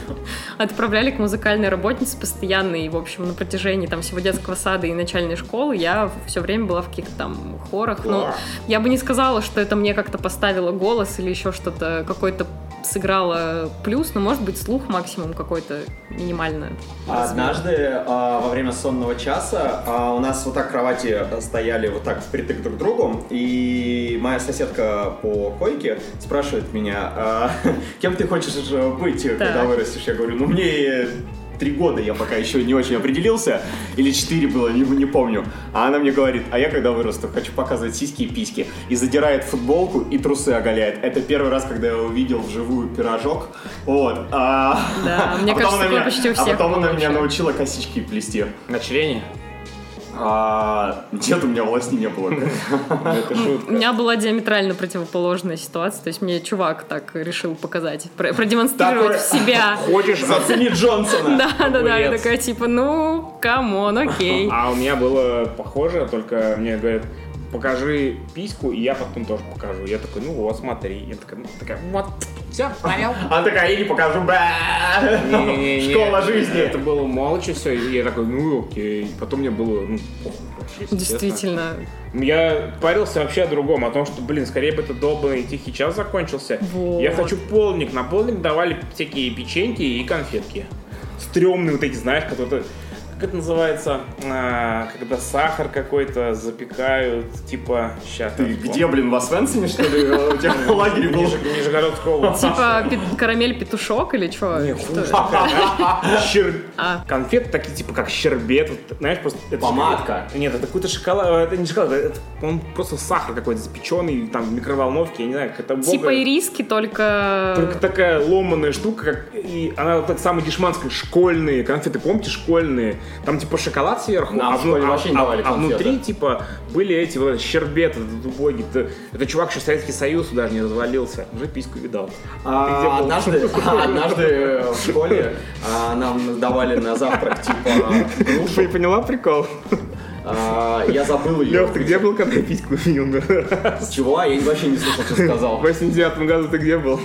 [SPEAKER 3] отправляли к музыкальной работнице постоянно, и, в общем, на протяжении там всего детского сада и начальной школы я все время была в каких-то там хорах. Но
[SPEAKER 1] Класс.
[SPEAKER 3] я бы не сказала, что это мне как-то поставило голос или еще что-то, какой-то сыграло плюс, но, может быть, слух максимум какой-то минимально.
[SPEAKER 2] А
[SPEAKER 3] развит.
[SPEAKER 2] Однажды а, во время сонного часа а, у нас вот так кровати стояли вот так впритык друг к другу, и моя соседка по койке спрашивает меня, «А, (laughs) кем ты хочешь э, быть, когда
[SPEAKER 3] Так.
[SPEAKER 2] вырастешь? Я говорю, ну мне три года, я пока еще не очень определился, или четыре было, не, не помню. А она мне говорит, а я когда вырасту, хочу показывать сиськи и письки. И задирает футболку и трусы оголяет. Это первый раз, когда я увидел вживую пирожок. Вот. А, (laughs)
[SPEAKER 3] Да, мне
[SPEAKER 2] а потом
[SPEAKER 3] кажется,
[SPEAKER 2] она
[SPEAKER 3] такое
[SPEAKER 2] меня-
[SPEAKER 3] почти у всех
[SPEAKER 2] А потом она
[SPEAKER 3] было
[SPEAKER 2] меня
[SPEAKER 3] вообще.
[SPEAKER 2] научила косички плести.
[SPEAKER 1] На члене?
[SPEAKER 2] А, нет, у меня волосы не было.
[SPEAKER 1] Ну, Это шутка.
[SPEAKER 3] У меня была диаметрально противоположная ситуация, то есть мне чувак так решил показать, про- продемонстрировать в
[SPEAKER 1] (laughs)
[SPEAKER 3] себя.
[SPEAKER 1] Хочешь
[SPEAKER 2] Зацени Джонсона.
[SPEAKER 3] Да, да, да, я
[SPEAKER 1] Огурец.
[SPEAKER 3] такая типа, ну, камон, окей.
[SPEAKER 1] (laughs) А у меня было похоже, только мне говорят, покажи письку, и я потом тоже покажу. Я такой, ну вот, смотри. Я такая, ну, такая вот, все, понял. Ну,
[SPEAKER 2] Она такая, я не покажу. Бэ.
[SPEAKER 1] Не-не-не.
[SPEAKER 2] Школа жизни.
[SPEAKER 1] Это было молча все, и я такой, ну окей. Потом мне было, ну, похуй вообще, если честно.
[SPEAKER 3] Действительно,
[SPEAKER 1] Я парился вообще о другом, о том, что, блин, скорее бы этот долбанный тихий час закончился.
[SPEAKER 3] Вот.
[SPEAKER 1] Я хочу полник. На полник давали всякие печеньки и конфетки. Стрёмные вот эти, знаешь, которые... Как это называется? А, когда сахар какой-то запекают, типа... Сейчас,
[SPEAKER 2] Ты где, блин, в Освенцине, что ли? У тебя лагерь был.
[SPEAKER 1] Нижегородского области.
[SPEAKER 3] Типа пи- карамель-петушок или что?
[SPEAKER 1] Не, А,
[SPEAKER 3] Что
[SPEAKER 1] хуже.
[SPEAKER 3] это?
[SPEAKER 1] Щер-
[SPEAKER 3] А.
[SPEAKER 1] Конфеты такие, типа, как щербет. вот, Знаешь, просто... это
[SPEAKER 2] Помадка.
[SPEAKER 1] шоколад. Нет, это какой-то шоколад. Это не шоколад, это, он просто сахар какой-то запеченный, там, в микроволновке, я не знаю, как это
[SPEAKER 3] Типа ириски, только...
[SPEAKER 1] Только такая ломаная штука, как и она вот так самая дешманская, школьные конфеты, помните, школьные? Там типа шоколад сверху,
[SPEAKER 2] Нам в
[SPEAKER 1] вну-
[SPEAKER 2] школе вообще не давали
[SPEAKER 1] а
[SPEAKER 2] конфеты.
[SPEAKER 1] внутри типа были эти вот щербеты, этот убогий. Это, это чувак, что Советский Союз туда же не развалился, уже письку видал. Ты где
[SPEAKER 2] А,
[SPEAKER 1] был?
[SPEAKER 2] Однажды, однажды в школе а, нам давали на завтрак, типа, грушу.
[SPEAKER 1] (laughs) Ты поняла прикол?
[SPEAKER 2] А, Я забыл ее.
[SPEAKER 1] Лев, ты где был, когда я письку видел?
[SPEAKER 2] Чего? Я вообще не слышал, что сказал.
[SPEAKER 1] (laughs) В 89 году ты где был?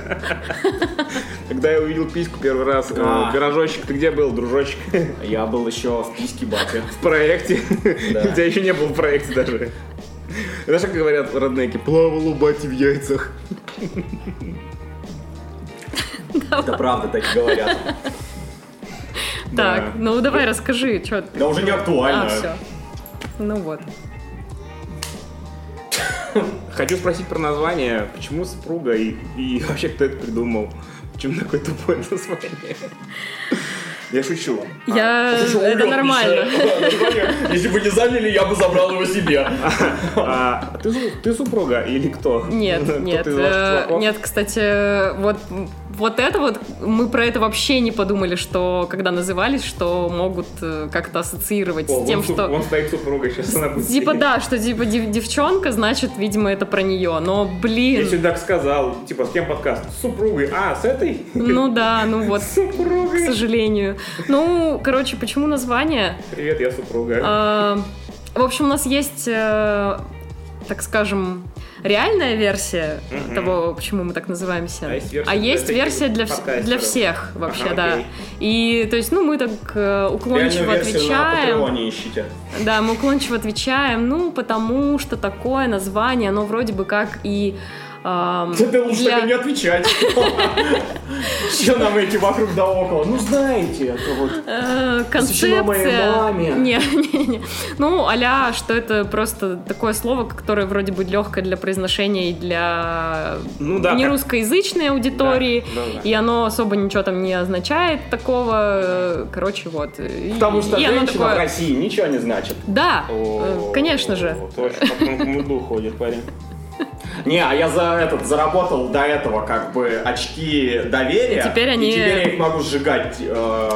[SPEAKER 1] (laughs) Когда я увидел письку первый раз, э,
[SPEAKER 2] А.
[SPEAKER 1] пирожочек, ты где был, дружочек?
[SPEAKER 2] Я был еще в письке баке.
[SPEAKER 1] в проекте.
[SPEAKER 2] Да.
[SPEAKER 1] У тебя еще не было в проекте даже. Знаешь, как говорят роднеки? Плавал у бати в яйцах.
[SPEAKER 2] Это правда, так и говорят.
[SPEAKER 1] Да.
[SPEAKER 3] Так, ну давай расскажи, что ты... Ну
[SPEAKER 2] Да уже не актуально.
[SPEAKER 3] А, все. Ну вот.
[SPEAKER 1] Хочу спросить про название. Почему супруга и, и (laughs) вообще кто это придумал? Почему такое тупое название? Я шучу.
[SPEAKER 3] Я...
[SPEAKER 2] Слушай,
[SPEAKER 3] А, Это
[SPEAKER 2] удобнейшее
[SPEAKER 3] нормально.
[SPEAKER 2] название. Ну, Если бы не заняли, я бы забрал его себе.
[SPEAKER 1] А, ты, су- ты супруга или кто? (laughs) Кто-то
[SPEAKER 3] Нет,
[SPEAKER 1] из
[SPEAKER 3] нет.
[SPEAKER 1] ваших
[SPEAKER 3] э,
[SPEAKER 1] чуваков?
[SPEAKER 3] Нет, кстати, вот, вот это вот, мы про это вообще не подумали, что когда назывались, что могут э, как-то ассоциировать
[SPEAKER 1] О,
[SPEAKER 3] с тем,
[SPEAKER 1] вон, суп-
[SPEAKER 3] что...
[SPEAKER 1] вон стоит супруга, сейчас она будет.
[SPEAKER 3] Типа
[SPEAKER 1] сидеть.
[SPEAKER 3] да, что типа дев- девчонка, значит, видимо, это про нее. Но,
[SPEAKER 1] Я
[SPEAKER 3] блин,
[SPEAKER 1] сегодня так сказал, типа, с кем подкаст? С супругой. А, с этой?
[SPEAKER 3] ну да, ну вот,
[SPEAKER 1] С
[SPEAKER 3] к
[SPEAKER 1] супругой.
[SPEAKER 3] сожалению. Ну, короче, почему название?
[SPEAKER 1] Привет, я супруга.
[SPEAKER 3] А, В общем, у нас есть, э, так скажем, реальная версия
[SPEAKER 1] Мгм.
[SPEAKER 3] того, почему мы так называемся.
[SPEAKER 1] А есть версия
[SPEAKER 3] А
[SPEAKER 1] для
[SPEAKER 3] есть
[SPEAKER 1] всяких
[SPEAKER 3] версия для, вс-
[SPEAKER 1] подкастеров.
[SPEAKER 3] для всех вообще,
[SPEAKER 1] Ага,
[SPEAKER 3] да.
[SPEAKER 1] окей.
[SPEAKER 3] И то есть, ну, мы так э, уклончиво
[SPEAKER 2] Реальную версию на
[SPEAKER 3] отвечаем.
[SPEAKER 2] Патреоне ищите.
[SPEAKER 3] Да, мы уклончиво отвечаем, ну, потому что такое название, оно вроде бы как и...
[SPEAKER 2] (laughs)
[SPEAKER 3] эм,
[SPEAKER 2] Да Ты лучше
[SPEAKER 3] для-
[SPEAKER 2] так и не отвечать. Че нам эти вокруг да около? Ну знаете, это вот...
[SPEAKER 3] Э,
[SPEAKER 2] Посвящено моей
[SPEAKER 3] концепция.
[SPEAKER 2] маме.
[SPEAKER 3] Не, (laughs) не, не. Ну, аля, что это просто такое слово, которое вроде бы легкое для произношения и для
[SPEAKER 1] Ну да, как-
[SPEAKER 3] нерусскоязычной аудитории.
[SPEAKER 1] Да, да, да.
[SPEAKER 3] И оно особо ничего там не означает такого. Э, Короче, вот. И-
[SPEAKER 2] Потому что
[SPEAKER 3] и оно
[SPEAKER 2] женщина в
[SPEAKER 3] ну, такое-
[SPEAKER 2] России ничего не значит.
[SPEAKER 3] Да,
[SPEAKER 1] О,
[SPEAKER 3] э, конечно же.
[SPEAKER 1] Точно, по тонкому льду ходит парень.
[SPEAKER 2] Не, а я за этот заработал до этого как бы очки доверия.
[SPEAKER 3] И теперь они-
[SPEAKER 2] И теперь я их могу сжигать. э,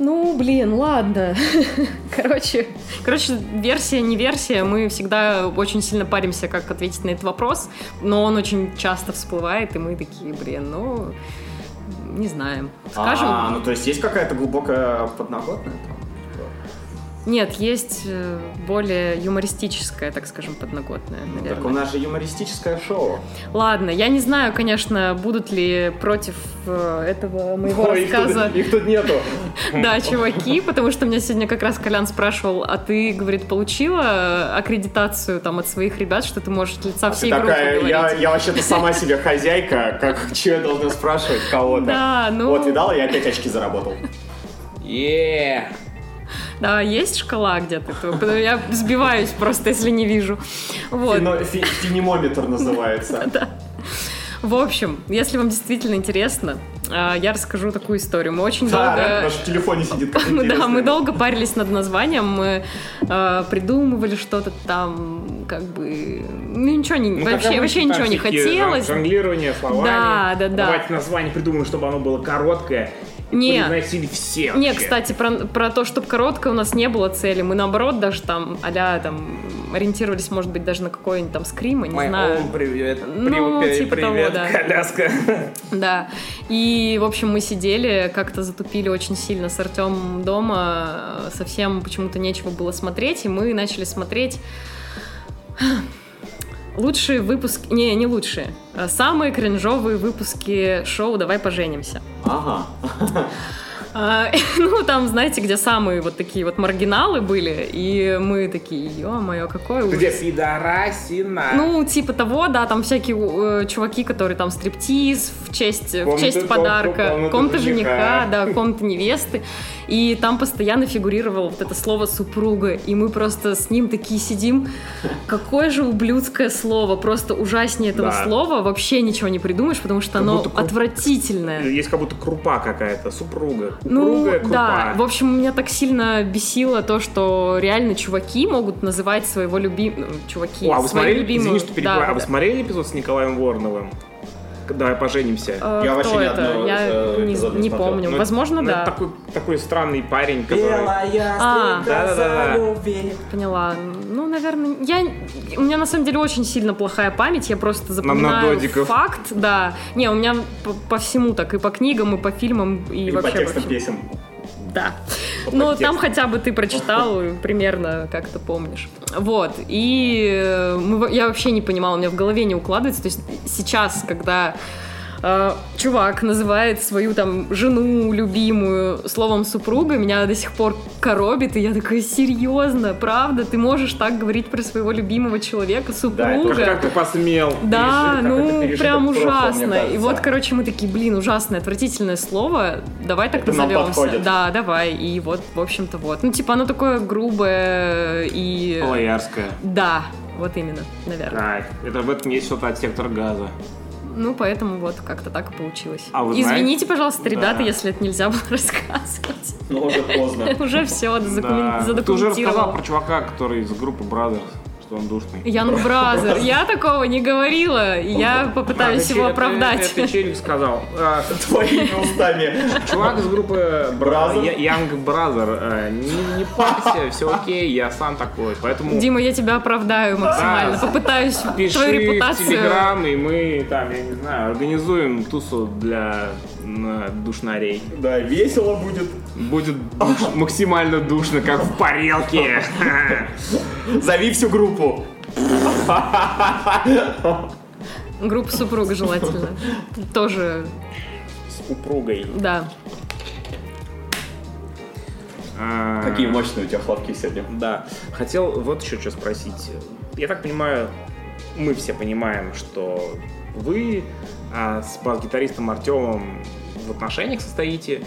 [SPEAKER 3] Ну, блин, ладно. (laughs) Короче, короче, версия не версия. Мы всегда очень сильно паримся, как ответить на этот вопрос, но он очень часто всплывает, и мы такие, блин, ну, не знаем. Скажем?
[SPEAKER 2] А, ну то есть есть какая-то глубокая подноготная? там?
[SPEAKER 3] Нет, есть э, более юмористическая, так скажем, подноготная, наверное.
[SPEAKER 2] Так у нас же юмористическое шоу.
[SPEAKER 3] Ладно, я не знаю, конечно, будут ли против э, этого моего
[SPEAKER 2] Ой, их тут- (laughs)
[SPEAKER 3] рассказа
[SPEAKER 2] Их тут нету.
[SPEAKER 3] (laughs) Да, чуваки, потому что меня сегодня как раз Колян спрашивал, а ты, говорит, получила аккредитацию там от своих ребят, что ты можешь от лица
[SPEAKER 2] А Ты
[SPEAKER 3] всей группы
[SPEAKER 2] такая, я,
[SPEAKER 3] говорить?
[SPEAKER 2] я вообще-то сама себе хозяйка, как (laughs) чего я должна спрашивать кого-то.
[SPEAKER 3] Да, ну-
[SPEAKER 2] Вот, видала, я опять очки заработал.
[SPEAKER 1] Еее.
[SPEAKER 3] Да, есть шкала где-то, то- потому я сбиваюсь просто, если не вижу. Вот.
[SPEAKER 2] Фино- фи- Фенимометр
[SPEAKER 3] (laughs)
[SPEAKER 2] называется.
[SPEAKER 3] В общем, если вам действительно интересно, а, я расскажу такую историю. Мы очень
[SPEAKER 2] Да, да,
[SPEAKER 3] (laughs) долго...
[SPEAKER 2] потому что в телефоне сидит как
[SPEAKER 3] Ну да, мы
[SPEAKER 2] интересный.
[SPEAKER 3] долго парились над названием, мы э, придумывали что-то там, как бы, ну ничего не, вообще, вообще ничего не хотелось.
[SPEAKER 1] Жонглирование словами.
[SPEAKER 3] Да, да, да.
[SPEAKER 1] Давайте название придумаем, чтобы оно было короткое. и
[SPEAKER 3] Не.
[SPEAKER 1] Произносили все.
[SPEAKER 3] Не,
[SPEAKER 1] вообще.
[SPEAKER 3] кстати, про, про то, чтобы короткое у нас не было цели. Мы наоборот даже там а там ориентировались, может быть, даже на какой-нибудь там скрим, я не
[SPEAKER 1] My
[SPEAKER 3] знаю.
[SPEAKER 1] own привет.
[SPEAKER 3] Ну,
[SPEAKER 1] Привет,
[SPEAKER 3] типа того,
[SPEAKER 1] привет,
[SPEAKER 3] да.
[SPEAKER 1] коляска.
[SPEAKER 3] Да. И, в общем, мы сидели, как-то затупили очень сильно с Артем дома. э, Совсем почему-то нечего было смотреть. И мы начали смотреть лучшие выпуски... Не, не лучшие. а Самые кринжовые выпуски шоу «Давай поженимся».
[SPEAKER 2] Ага.
[SPEAKER 3] А, (laughs) Ну, там, знаете, где самые вот такие вот маргиналы были, и мы такие, ё-моё, какой ужас.
[SPEAKER 1] Где пидорасина?
[SPEAKER 3] Ну, типа того, да, там всякие э, чуваки, которые там стриптиз в честь, в
[SPEAKER 1] Комната-
[SPEAKER 3] честь подарка,
[SPEAKER 1] комната
[SPEAKER 3] комната жениха,
[SPEAKER 1] жениха.
[SPEAKER 3] да,
[SPEAKER 1] (laughs)
[SPEAKER 3] комната невесты. И там постоянно фигурировало вот это слово «супруга», и мы просто с ним такие сидим. Какое же ублюдское слово, просто ужаснее этого
[SPEAKER 1] Да.
[SPEAKER 3] слова вообще ничего не придумаешь, потому что оно
[SPEAKER 1] будто ком-
[SPEAKER 3] отвратительное.
[SPEAKER 1] Есть как будто крупа какая-то, супруга.
[SPEAKER 3] Ну,
[SPEAKER 1] Упругая крупа.
[SPEAKER 3] да. В общем, меня так сильно бесило то, что реально чуваки могут называть своего любимого... Чуваки,
[SPEAKER 1] О, а вы
[SPEAKER 3] свою
[SPEAKER 1] смотрели,
[SPEAKER 3] любимую-
[SPEAKER 1] извини, что перебиваю,
[SPEAKER 3] Да,
[SPEAKER 1] а вы
[SPEAKER 3] да.
[SPEAKER 1] смотрели эпизод с Николаем Вороновым? Давай поженимся.
[SPEAKER 3] Э,
[SPEAKER 2] Я
[SPEAKER 3] кто
[SPEAKER 2] вообще ни
[SPEAKER 3] это?
[SPEAKER 2] одного,
[SPEAKER 3] Я
[SPEAKER 2] э,
[SPEAKER 3] не,
[SPEAKER 2] эпизода не
[SPEAKER 3] не
[SPEAKER 2] смотрел.
[SPEAKER 3] помню.
[SPEAKER 1] Ну,
[SPEAKER 3] Возможно,
[SPEAKER 1] ну,
[SPEAKER 3] да.
[SPEAKER 1] это такой, такой странный парень, который...
[SPEAKER 3] А,
[SPEAKER 1] Да-да-да.
[SPEAKER 3] поняла. Ну, наверное, я... У меня, на самом деле, очень сильно плохая память. Я просто запоминаю
[SPEAKER 1] додиков.
[SPEAKER 3] факт. Да. Не, у меня по, по всему так. И по книгам, и по фильмам, и,
[SPEAKER 2] И по
[SPEAKER 3] вообще...
[SPEAKER 2] текстам
[SPEAKER 3] вообще.
[SPEAKER 2] песен.
[SPEAKER 3] Да. Но
[SPEAKER 1] текстам.
[SPEAKER 3] там хотя бы ты прочитал и примерно как-то помнишь. Вот. И э, мы во- я вообще не понимала, у меня в голове не укладывается. То есть сейчас, когда э, чувак называет свою там жену любимую словом супруга, меня до сих пор коробит, и я такая, серьезно, правда? Ты можешь так говорить про своего любимого человека,
[SPEAKER 2] это
[SPEAKER 1] как,
[SPEAKER 3] супруга?
[SPEAKER 1] как ты посмел?
[SPEAKER 3] Да,
[SPEAKER 2] Пережиток, это
[SPEAKER 3] ну
[SPEAKER 2] пережиток
[SPEAKER 3] прям
[SPEAKER 2] прошлого, мне
[SPEAKER 3] ужасно.
[SPEAKER 2] кажется.
[SPEAKER 3] И вот, короче, мы такие, блин, ужасное, отвратительное слово. Давай так
[SPEAKER 2] Это нам
[SPEAKER 3] назовемся.
[SPEAKER 2] подходит.
[SPEAKER 3] Да, давай. И вот, в общем-то, вот. Ну, типа, оно такое грубое и.
[SPEAKER 1] Лоярская.
[SPEAKER 3] Да. Вот именно, наверное.
[SPEAKER 1] А, это в этом есть что-то от сектора газа.
[SPEAKER 3] Ну, поэтому вот как-то так и получилось.
[SPEAKER 1] А вы знаете-
[SPEAKER 3] Извините, пожалуйста, ребята,
[SPEAKER 1] Да.
[SPEAKER 3] если это нельзя было (laughs)
[SPEAKER 1] (laughs)
[SPEAKER 3] рассказывать.
[SPEAKER 2] Но уже поздно. (laughs)
[SPEAKER 3] Уже все
[SPEAKER 1] Да. Ты уже рассказал
[SPEAKER 3] задокументировал.
[SPEAKER 1] про чувака, который из группы Brothers, что он душный.
[SPEAKER 3] Янг Бразер, я такого не говорила, и я попытаюсь
[SPEAKER 1] А,
[SPEAKER 3] его
[SPEAKER 1] это-
[SPEAKER 3] оправдать.
[SPEAKER 1] Это, это Челик сказал. А,
[SPEAKER 2] Твоими устами.
[SPEAKER 1] Чувак из группы Бра-
[SPEAKER 2] Бразер?
[SPEAKER 1] Я- Young Brother, э, не, не парься, все окей, я сам такой, поэтому
[SPEAKER 3] Дима, я тебя оправдаю максимально,
[SPEAKER 1] Да.
[SPEAKER 3] попытаюсь
[SPEAKER 1] пиши
[SPEAKER 3] твою
[SPEAKER 1] в
[SPEAKER 3] репутацию.
[SPEAKER 1] Телеграм, и мы там, я не знаю, организуем тусу для м, душнарей.
[SPEAKER 2] Да, весело будет.
[SPEAKER 1] Будет душ- максимально душно, как в парелке.
[SPEAKER 2] Зови всю группу.
[SPEAKER 3] Группу супруга желательно. Тоже,
[SPEAKER 1] С упругой.
[SPEAKER 3] да.
[SPEAKER 1] А,
[SPEAKER 2] Какие мощные у тебя хлопки сегодня.
[SPEAKER 1] Да. Хотел вот еще что спросить. Я так понимаю, мы все понимаем, что вы а, с бас-гитаристом Артемом в отношениях состоите.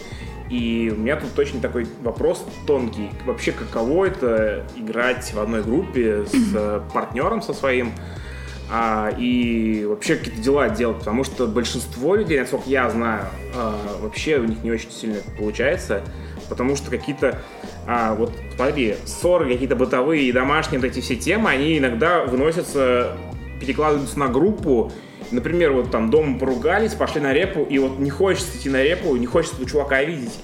[SPEAKER 1] И у меня тут очень такой вопрос тонкий. Вообще, каково это играть в одной группе с э, партнером со своим? а, и вообще какие-то дела делать, потому что большинство людей, насколько я знаю, а, вообще у них не очень сильно это получается, потому что какие-то, а, вот смотри, ссоры, какие-то бытовые и домашние вот эти все темы, они иногда выносятся, перекладываются на группу, Например, вот там дома поругались, пошли на репу, и вот не хочется идти на репу, не хочется этого чувака видеть,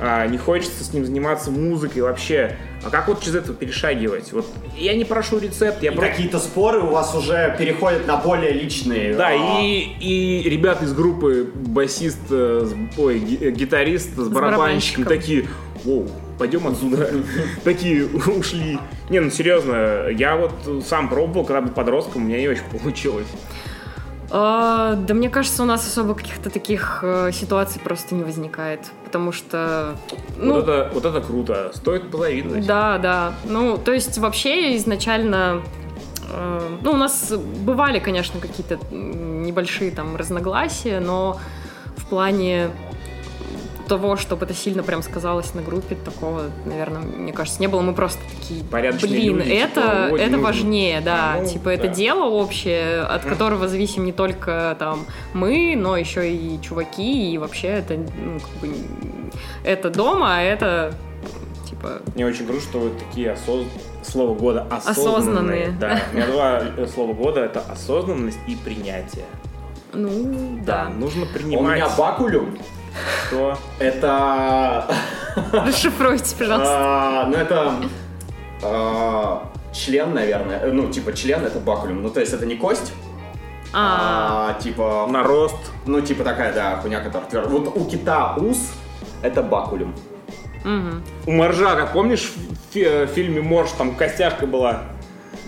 [SPEAKER 1] а, не хочется с ним заниматься музыкой вообще. А как вот через это перешагивать? Вот я не прошу рецепт, я
[SPEAKER 2] И
[SPEAKER 1] про-
[SPEAKER 2] какие-то споры у вас уже переходят на более личные.
[SPEAKER 1] да,
[SPEAKER 2] а,
[SPEAKER 1] и, и ребята из группы басист, э, с- ой, ги- э, гитарист с барабанщиком
[SPEAKER 3] барабанщиком.
[SPEAKER 1] такие, «Воу, пойдем отсюда. (laughs) Такие ушли. Не, ну серьезно, я вот сам пробовал, когда был подростком, у меня не очень получилось.
[SPEAKER 3] А, да мне кажется, у нас особо каких-то таких э, ситуаций просто не возникает, потому что... ну,
[SPEAKER 1] Вот это, вот это круто, стоит позавидовать.
[SPEAKER 3] Да, да. Ну, то есть вообще изначально... э, Ну, у нас бывали, конечно, какие-то м, небольшие там разногласия, но в плане того, чтобы это сильно прям сказалось на группе, такого, наверное, мне кажется, не было. Мы просто такие,
[SPEAKER 1] Порядочные
[SPEAKER 3] блин,
[SPEAKER 1] люди, типа,
[SPEAKER 3] это,
[SPEAKER 1] «Ой,
[SPEAKER 3] это
[SPEAKER 1] нужно».
[SPEAKER 3] важнее, да,
[SPEAKER 1] Ну,
[SPEAKER 3] типа это
[SPEAKER 1] да.
[SPEAKER 3] дело общее, от
[SPEAKER 1] Мгм.
[SPEAKER 3] которого зависим не только там мы, но еще и чуваки, и вообще это, ну, как бы, н- это дома, а это типа
[SPEAKER 1] Мне очень грустно, что вы такие осоз... слово года осознанные.
[SPEAKER 3] Осознанные.
[SPEAKER 1] Да, у меня два э, слова года это осознанность и принятие.
[SPEAKER 3] Ну, да.
[SPEAKER 1] нужно
[SPEAKER 2] У
[SPEAKER 1] принимать
[SPEAKER 2] меня бакулюм.
[SPEAKER 1] что
[SPEAKER 2] Это...
[SPEAKER 3] (laughs) Расшифруйте,
[SPEAKER 1] (laughs)
[SPEAKER 3] пожалуйста.
[SPEAKER 2] а, Ну, это... а, Член, наверное. Э, Ну, типа, член это бакулюм. Ну, то есть это не кость,
[SPEAKER 3] А,
[SPEAKER 2] а типа...
[SPEAKER 1] на рост
[SPEAKER 2] Ну, типа такая, да, хуйня, которая... твер- Вот у кита ус это бакулюм.
[SPEAKER 3] А, мгм.
[SPEAKER 1] У Моржа, как помнишь, в фи- э, в фильме Морж там костяшка была?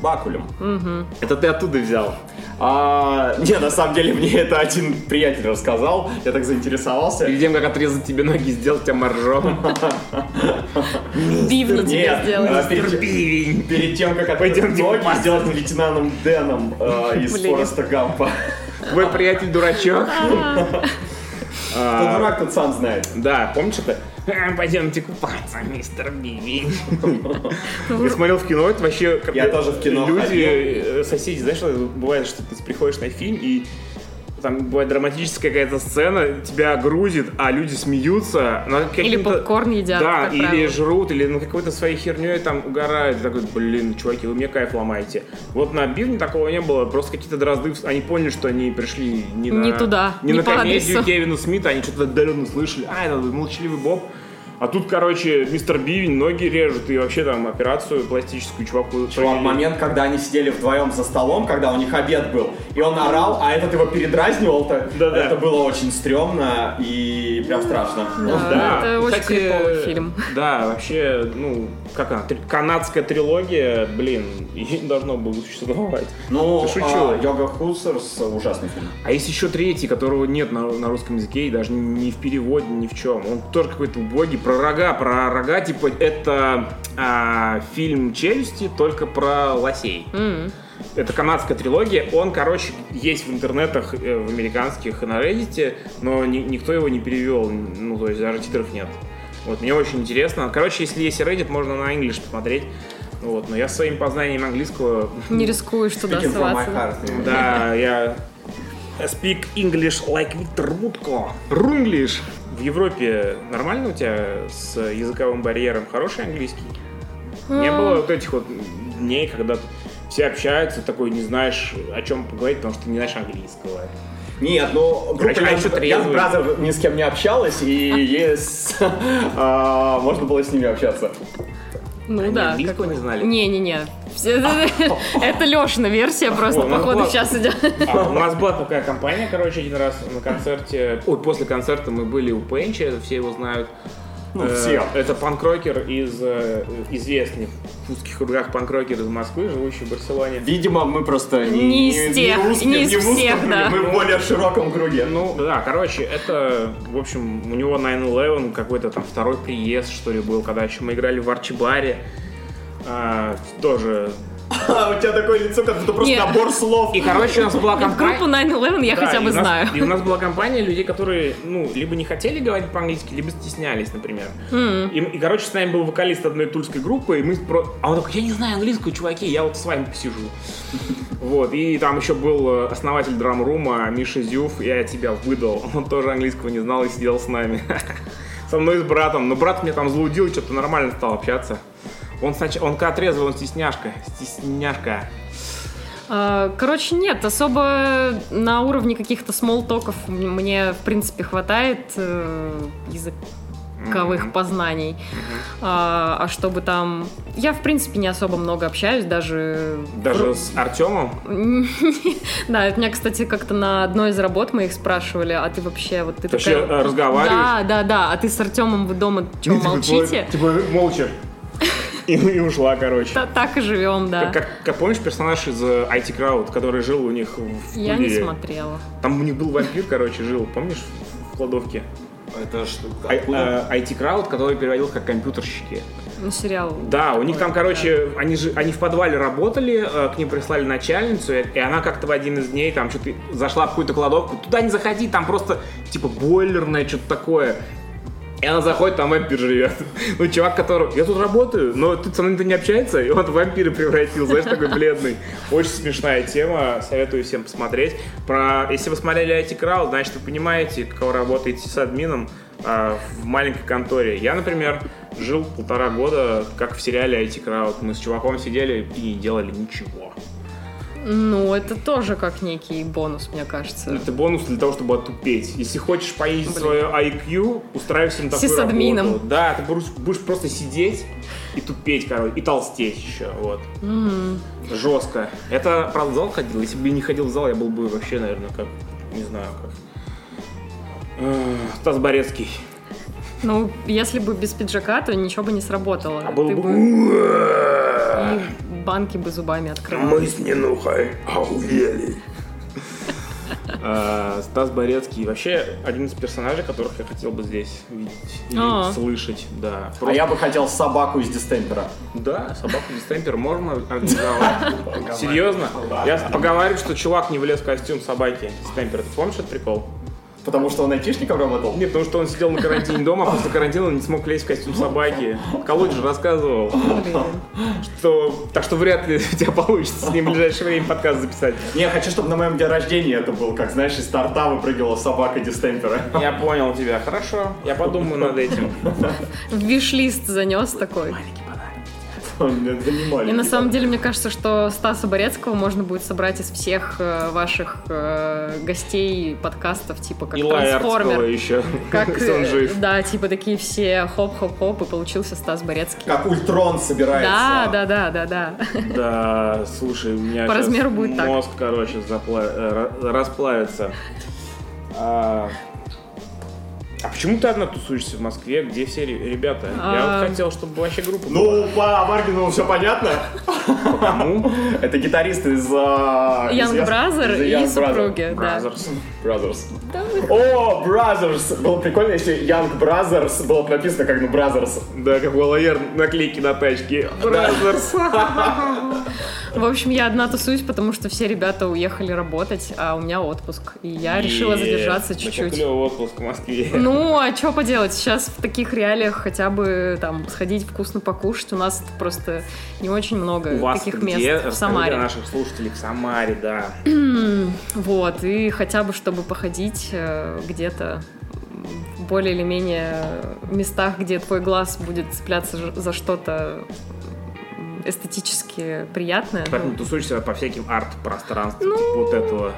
[SPEAKER 2] Бакулюм.
[SPEAKER 1] Это ты оттуда взял.
[SPEAKER 2] А, не, на самом деле мне это один приятель рассказал, я так заинтересовался.
[SPEAKER 1] Перед тем, как отрезать тебе ноги, сделать тебя моржом.
[SPEAKER 3] Бивни
[SPEAKER 2] Нет,
[SPEAKER 3] тебе
[SPEAKER 2] а,
[SPEAKER 3] сделали.
[SPEAKER 2] перед,
[SPEAKER 1] Пивень.
[SPEAKER 2] перед тем, как
[SPEAKER 1] Пойдемте
[SPEAKER 2] отрезать ноги,
[SPEAKER 1] купаться.
[SPEAKER 2] сделать лейтенантом Дэном э, из
[SPEAKER 3] Блин.
[SPEAKER 2] Фореста Гампа.
[SPEAKER 1] Твой приятель дурачок.
[SPEAKER 2] Кто
[SPEAKER 1] А,
[SPEAKER 2] дурак, тот сам знает.
[SPEAKER 1] Да, помнишь это? (laughs) «Э, Пойдемте купаться, мистер
[SPEAKER 3] (laughs)
[SPEAKER 1] Бивень. Я смотрел в кино, это вообще... как
[SPEAKER 2] Я
[SPEAKER 1] бы
[SPEAKER 2] тоже в кино
[SPEAKER 1] Люди,
[SPEAKER 2] ходил.
[SPEAKER 1] э, соседи, знаешь, что бывает, что ты приходишь на фильм и там бывает драматическая какая-то сцена, тебя грузит, а люди смеются. на
[SPEAKER 3] Или
[SPEAKER 1] каким-то-
[SPEAKER 3] попкорн едят,
[SPEAKER 1] Да,
[SPEAKER 3] как
[SPEAKER 1] или
[SPEAKER 3] правило.
[SPEAKER 1] жрут, или на какой-то своей херней там угорают. Ты Такой, блин, чуваки, вы мне кайф ломаете. Вот на Бивне такого не было, просто какие-то дрозды, они поняли, что они пришли не,
[SPEAKER 3] Не
[SPEAKER 1] на,
[SPEAKER 3] туда,
[SPEAKER 1] не,
[SPEAKER 3] не
[SPEAKER 1] на
[SPEAKER 3] по
[SPEAKER 1] комедию
[SPEAKER 3] адресу.
[SPEAKER 1] Кевина Смита, они что-то отдаленно слышали. А, это молчаливый Боб. А тут, короче, мистер Бивень ноги режут и вообще там операцию пластическую чуваку.
[SPEAKER 2] Чувак,
[SPEAKER 1] провели.
[SPEAKER 2] момент, когда они сидели вдвоем за столом, когда у них обед был, и он орал, а этот его передразнивал, то
[SPEAKER 1] Да-да.
[SPEAKER 2] это было очень стрёмно и прям страшно.
[SPEAKER 3] Ну,
[SPEAKER 1] Ну,
[SPEAKER 3] Да. это очень криповый фильм.
[SPEAKER 1] Да, вообще, ну, как она, три- канадская трилогия, блин, ее не должно было существовать.
[SPEAKER 2] Ну,
[SPEAKER 1] Ты шучу.
[SPEAKER 2] а, Йога Хусерс ужасный фильм.
[SPEAKER 1] А есть еще третий, которого нет на, на русском языке и даже ни в переводе, ни в чем. Он тоже какой-то убогий. Про рога, про рога, типа, это а, фильм «Челюсти», только про лосей.
[SPEAKER 3] М.
[SPEAKER 1] Это канадская трилогия. Он, короче, есть в интернетах, э, в американских и на Reddit, но ни- никто его не перевел. Ну, то есть даже титров нет. Вот, мне очень интересно. Короче, если есть Reddit, можно на English посмотреть. Вот, но я своим познанием английского,
[SPEAKER 3] Не рискуешь туда
[SPEAKER 2] Speaking from my
[SPEAKER 3] соваться.
[SPEAKER 2] heart.
[SPEAKER 1] да, я speak English like Виктор Мутко. Рунглиш. В Европе нормально у тебя с языковым барьером хороший английский? Не
[SPEAKER 3] А.
[SPEAKER 1] было вот этих вот дней, когда все общаются, такой не знаешь, о чем поговорить, потому что ты не знаешь английского.
[SPEAKER 2] Нет, ну, группа
[SPEAKER 1] Короче, а еще
[SPEAKER 2] Young, Young
[SPEAKER 1] трезвый.
[SPEAKER 2] Brother ни с кем не общалась, и есть, (laughs) а, можно было с ними общаться.
[SPEAKER 3] Ну
[SPEAKER 1] Они
[SPEAKER 3] да.
[SPEAKER 1] английского не знали?
[SPEAKER 3] Не-не-не.
[SPEAKER 1] (laughs)
[SPEAKER 3] (laughs) Это Лешина версия просто,
[SPEAKER 1] О, ну
[SPEAKER 3] походу,
[SPEAKER 1] ладно.
[SPEAKER 3] сейчас (laughs) идет.
[SPEAKER 1] А, у нас была такая компания, короче, один раз на концерте. Ой, после концерта мы были у Пенча, это все его знают.
[SPEAKER 2] Ну,
[SPEAKER 1] Э,
[SPEAKER 2] все.
[SPEAKER 1] Это панкрокер из э, известных в узких кругах панкрокер из Москвы, живущий в Барселоне.
[SPEAKER 2] Видимо, мы просто не,
[SPEAKER 3] Не из тех,
[SPEAKER 2] в узком-
[SPEAKER 3] не из
[SPEAKER 2] в узком
[SPEAKER 3] всех,
[SPEAKER 2] круге,
[SPEAKER 3] да.
[SPEAKER 2] мы в более широком круге. (laughs)
[SPEAKER 1] Ну, да, короче, это, в общем, у него 9-11 какой-то там второй приезд, что ли, был, когда еще мы играли в Арчибаре. А, тоже.
[SPEAKER 2] а у тебя такое лицо, как будто просто
[SPEAKER 3] Нет.
[SPEAKER 2] набор слов.
[SPEAKER 1] И, короче, у нас была компания...
[SPEAKER 3] Группу 9-11 я
[SPEAKER 1] Да,
[SPEAKER 3] хотя
[SPEAKER 1] и
[SPEAKER 3] бы
[SPEAKER 1] у нас-
[SPEAKER 3] знаю.
[SPEAKER 1] И у нас была компания людей, которые, ну, либо не хотели говорить по-английски, либо стеснялись, например. И, и, короче, с нами был вокалист одной тульской группы, и мы про... А он такой, я не знаю английского, чуваки, я вот с вами посижу. Вот, и там еще был э, основатель драм-рума Миша Зюф, я тебя выдал. Он тоже английского не знал и сидел с нами. (laughs) Со мной и с братом. Но брат меня там заудил, и что-то нормально стал общаться. Он, снач... он когда трезвый, он стесняшка. Стесняшка.
[SPEAKER 3] А, Короче, нет, особо на уровне каких-то смолтоков м- мне, в принципе, хватает э, языковых познаний. А а чтобы там... Я, в принципе, не особо много общаюсь, даже...
[SPEAKER 1] Даже с Артемом
[SPEAKER 3] (laughs) Да, это меня, кстати, как-то на одной из работ моих спрашивали, а ты вообще вот ты
[SPEAKER 1] Ты вообще
[SPEAKER 3] такая-
[SPEAKER 1] э, разговариваешь?
[SPEAKER 3] Да, да, да, а ты с Артемом
[SPEAKER 1] (laughs)
[SPEAKER 3] вы дома чего
[SPEAKER 1] Ну, типа,
[SPEAKER 3] молчите?
[SPEAKER 1] Типа, молча. И, и ушла, короче.
[SPEAKER 3] Та- Так и живем, да.
[SPEAKER 1] Как, как- как помнишь персонаж из э, IT Crowd, который жил у них в
[SPEAKER 3] Я не
[SPEAKER 1] квартире?
[SPEAKER 3] смотрела.
[SPEAKER 1] Там у них был вампир, короче, жил, помнишь, в кладовке?
[SPEAKER 2] Это что?
[SPEAKER 1] А- э, IT Crowd, который переводил как компьютерщики.
[SPEAKER 3] Ну, сериал.
[SPEAKER 1] Да, у них там,
[SPEAKER 3] такой,
[SPEAKER 1] короче, они же они в подвале работали, э, к ним прислали начальницу, и и она как-то в один из дней там что-то зашла в какую-то кладовку. Туда не заходи, там просто типа бойлерное что-то такое. И она заходит, там вампир живет. (laughs) Ну, чувак, который, я тут работаю, но тут со мной-то не общается, и он в вампира превратил, знаешь, такой бледный. Очень смешная тема, советую всем посмотреть. Про, если вы смотрели IT Crowd, значит, вы понимаете, каково работаете с админом а, в маленькой конторе. Я, например, жил полтора года, как в сериале IT Crowd. Мы с чуваком сидели и не делали ничего.
[SPEAKER 3] Ну, это тоже как некий бонус, мне кажется.
[SPEAKER 1] Это бонус для того, чтобы отупеть. Если хочешь поесть свое IQ, устраивайся на такую
[SPEAKER 3] Сисадмином.
[SPEAKER 1] работу. Да, ты будешь, будешь просто сидеть и тупеть, короче, и толстеть еще, вот.
[SPEAKER 3] М.
[SPEAKER 1] Жестко. Это, правда, в зал ходил? Если бы я не ходил в зал, я был бы вообще, наверное, как, не знаю, как... э, Стас Борецкий.
[SPEAKER 3] Ну, если бы без пиджака, то ничего бы не сработало.
[SPEAKER 1] А был
[SPEAKER 3] Ты
[SPEAKER 1] бы...
[SPEAKER 3] бы
[SPEAKER 1] «Уа!
[SPEAKER 3] и банки бы зубами открыл.
[SPEAKER 1] Мы с Нинухой (laughs) охуели. А, Стас Борецкий вообще один из персонажей, которых я хотел бы здесь видеть или
[SPEAKER 3] А.
[SPEAKER 1] слышать, да.
[SPEAKER 2] А я бы хотел собаку из дистемпера.
[SPEAKER 1] Да, собаку дистемпер можно
[SPEAKER 2] (laughs)
[SPEAKER 1] организовать. Серьезно? Я поговариваю, что чувак не влез в костюм собаки дистемпера. Ты помнишь этот прикол?
[SPEAKER 2] Потому что он айтишником работал.
[SPEAKER 1] Нет, потому что он сидел на карантине дома, а после карантина он не смог влезть в костюм собаки. Колодж же рассказывал,
[SPEAKER 3] Блин.
[SPEAKER 1] что... Так что вряд ли у тебя получится с ним в ближайшее время подкаст записать.
[SPEAKER 2] Не, я хочу, чтобы на моем дне рождения это был, как, знаешь, из торта выпрыгивала собака дистемпера. (laughs)
[SPEAKER 1] Я понял тебя, хорошо. Я подумаю над этим.
[SPEAKER 3] В виш-лист занес такой.
[SPEAKER 2] Меня занимали.
[SPEAKER 3] И на самом деле, мне кажется, что Стаса Борецкого можно будет собрать из всех э, ваших э, гостей подкастов, типа (laughs) как
[SPEAKER 1] И Лаэртского
[SPEAKER 3] трансформер. (laughs)
[SPEAKER 1] еще, (laughs)
[SPEAKER 3] Как,
[SPEAKER 1] если он
[SPEAKER 3] э,
[SPEAKER 1] жив.
[SPEAKER 3] Да, типа такие все хоп-хоп-хоп, и получился Стас Борецкий.
[SPEAKER 2] Как Ультрон собирается.
[SPEAKER 3] Да, да, да,
[SPEAKER 1] (laughs)
[SPEAKER 3] да, да.
[SPEAKER 1] Да, слушай, у меня
[SPEAKER 3] По
[SPEAKER 1] щас
[SPEAKER 3] размеру будет так.
[SPEAKER 1] мозг, короче, запла- э, ра- расплавится. А... а почему ты одна тусуешься в Москве? Где все ре- ребята? Я
[SPEAKER 3] А.
[SPEAKER 1] вот хотел, чтобы вообще группа была.
[SPEAKER 2] Ну, по Маргину все понятно.
[SPEAKER 1] Кому?
[SPEAKER 2] (laughs) Это гитарист из... а, из-
[SPEAKER 3] Young
[SPEAKER 2] из
[SPEAKER 3] Brother и
[SPEAKER 2] Young Brother.
[SPEAKER 3] супруги, да.
[SPEAKER 1] Brothers.
[SPEAKER 2] Brothers.
[SPEAKER 3] Да вы-
[SPEAKER 2] О, Brothers! Было прикольно, если Young Brothers было бы написано как ну Brothers.
[SPEAKER 1] Да, как у Лаер наклейки на тачке. Brothers.
[SPEAKER 3] В общем, я одна тусуюсь, потому что все ребята уехали работать, а у меня отпуск. И я решила задержаться чуть-чуть.
[SPEAKER 1] клёвый отпуск в Москве.
[SPEAKER 3] Ну, а что поделать? Сейчас в таких реалиях хотя бы там сходить вкусно покушать. У нас просто не очень много
[SPEAKER 1] У вас
[SPEAKER 3] (laughs) таких
[SPEAKER 1] где?
[SPEAKER 3] мест в
[SPEAKER 1] Расскажите
[SPEAKER 3] Самаре.
[SPEAKER 1] о наших слушателей в Самаре, да.
[SPEAKER 3] (clears throat) Вот, и хотя бы чтобы походить э, где-то в более или менее местах, где твой глаз будет цепляться ж- за что-то эстетически приятное. ну,
[SPEAKER 1] Поэтому тусуешься по всяким арт-пространствам, типа вот этого,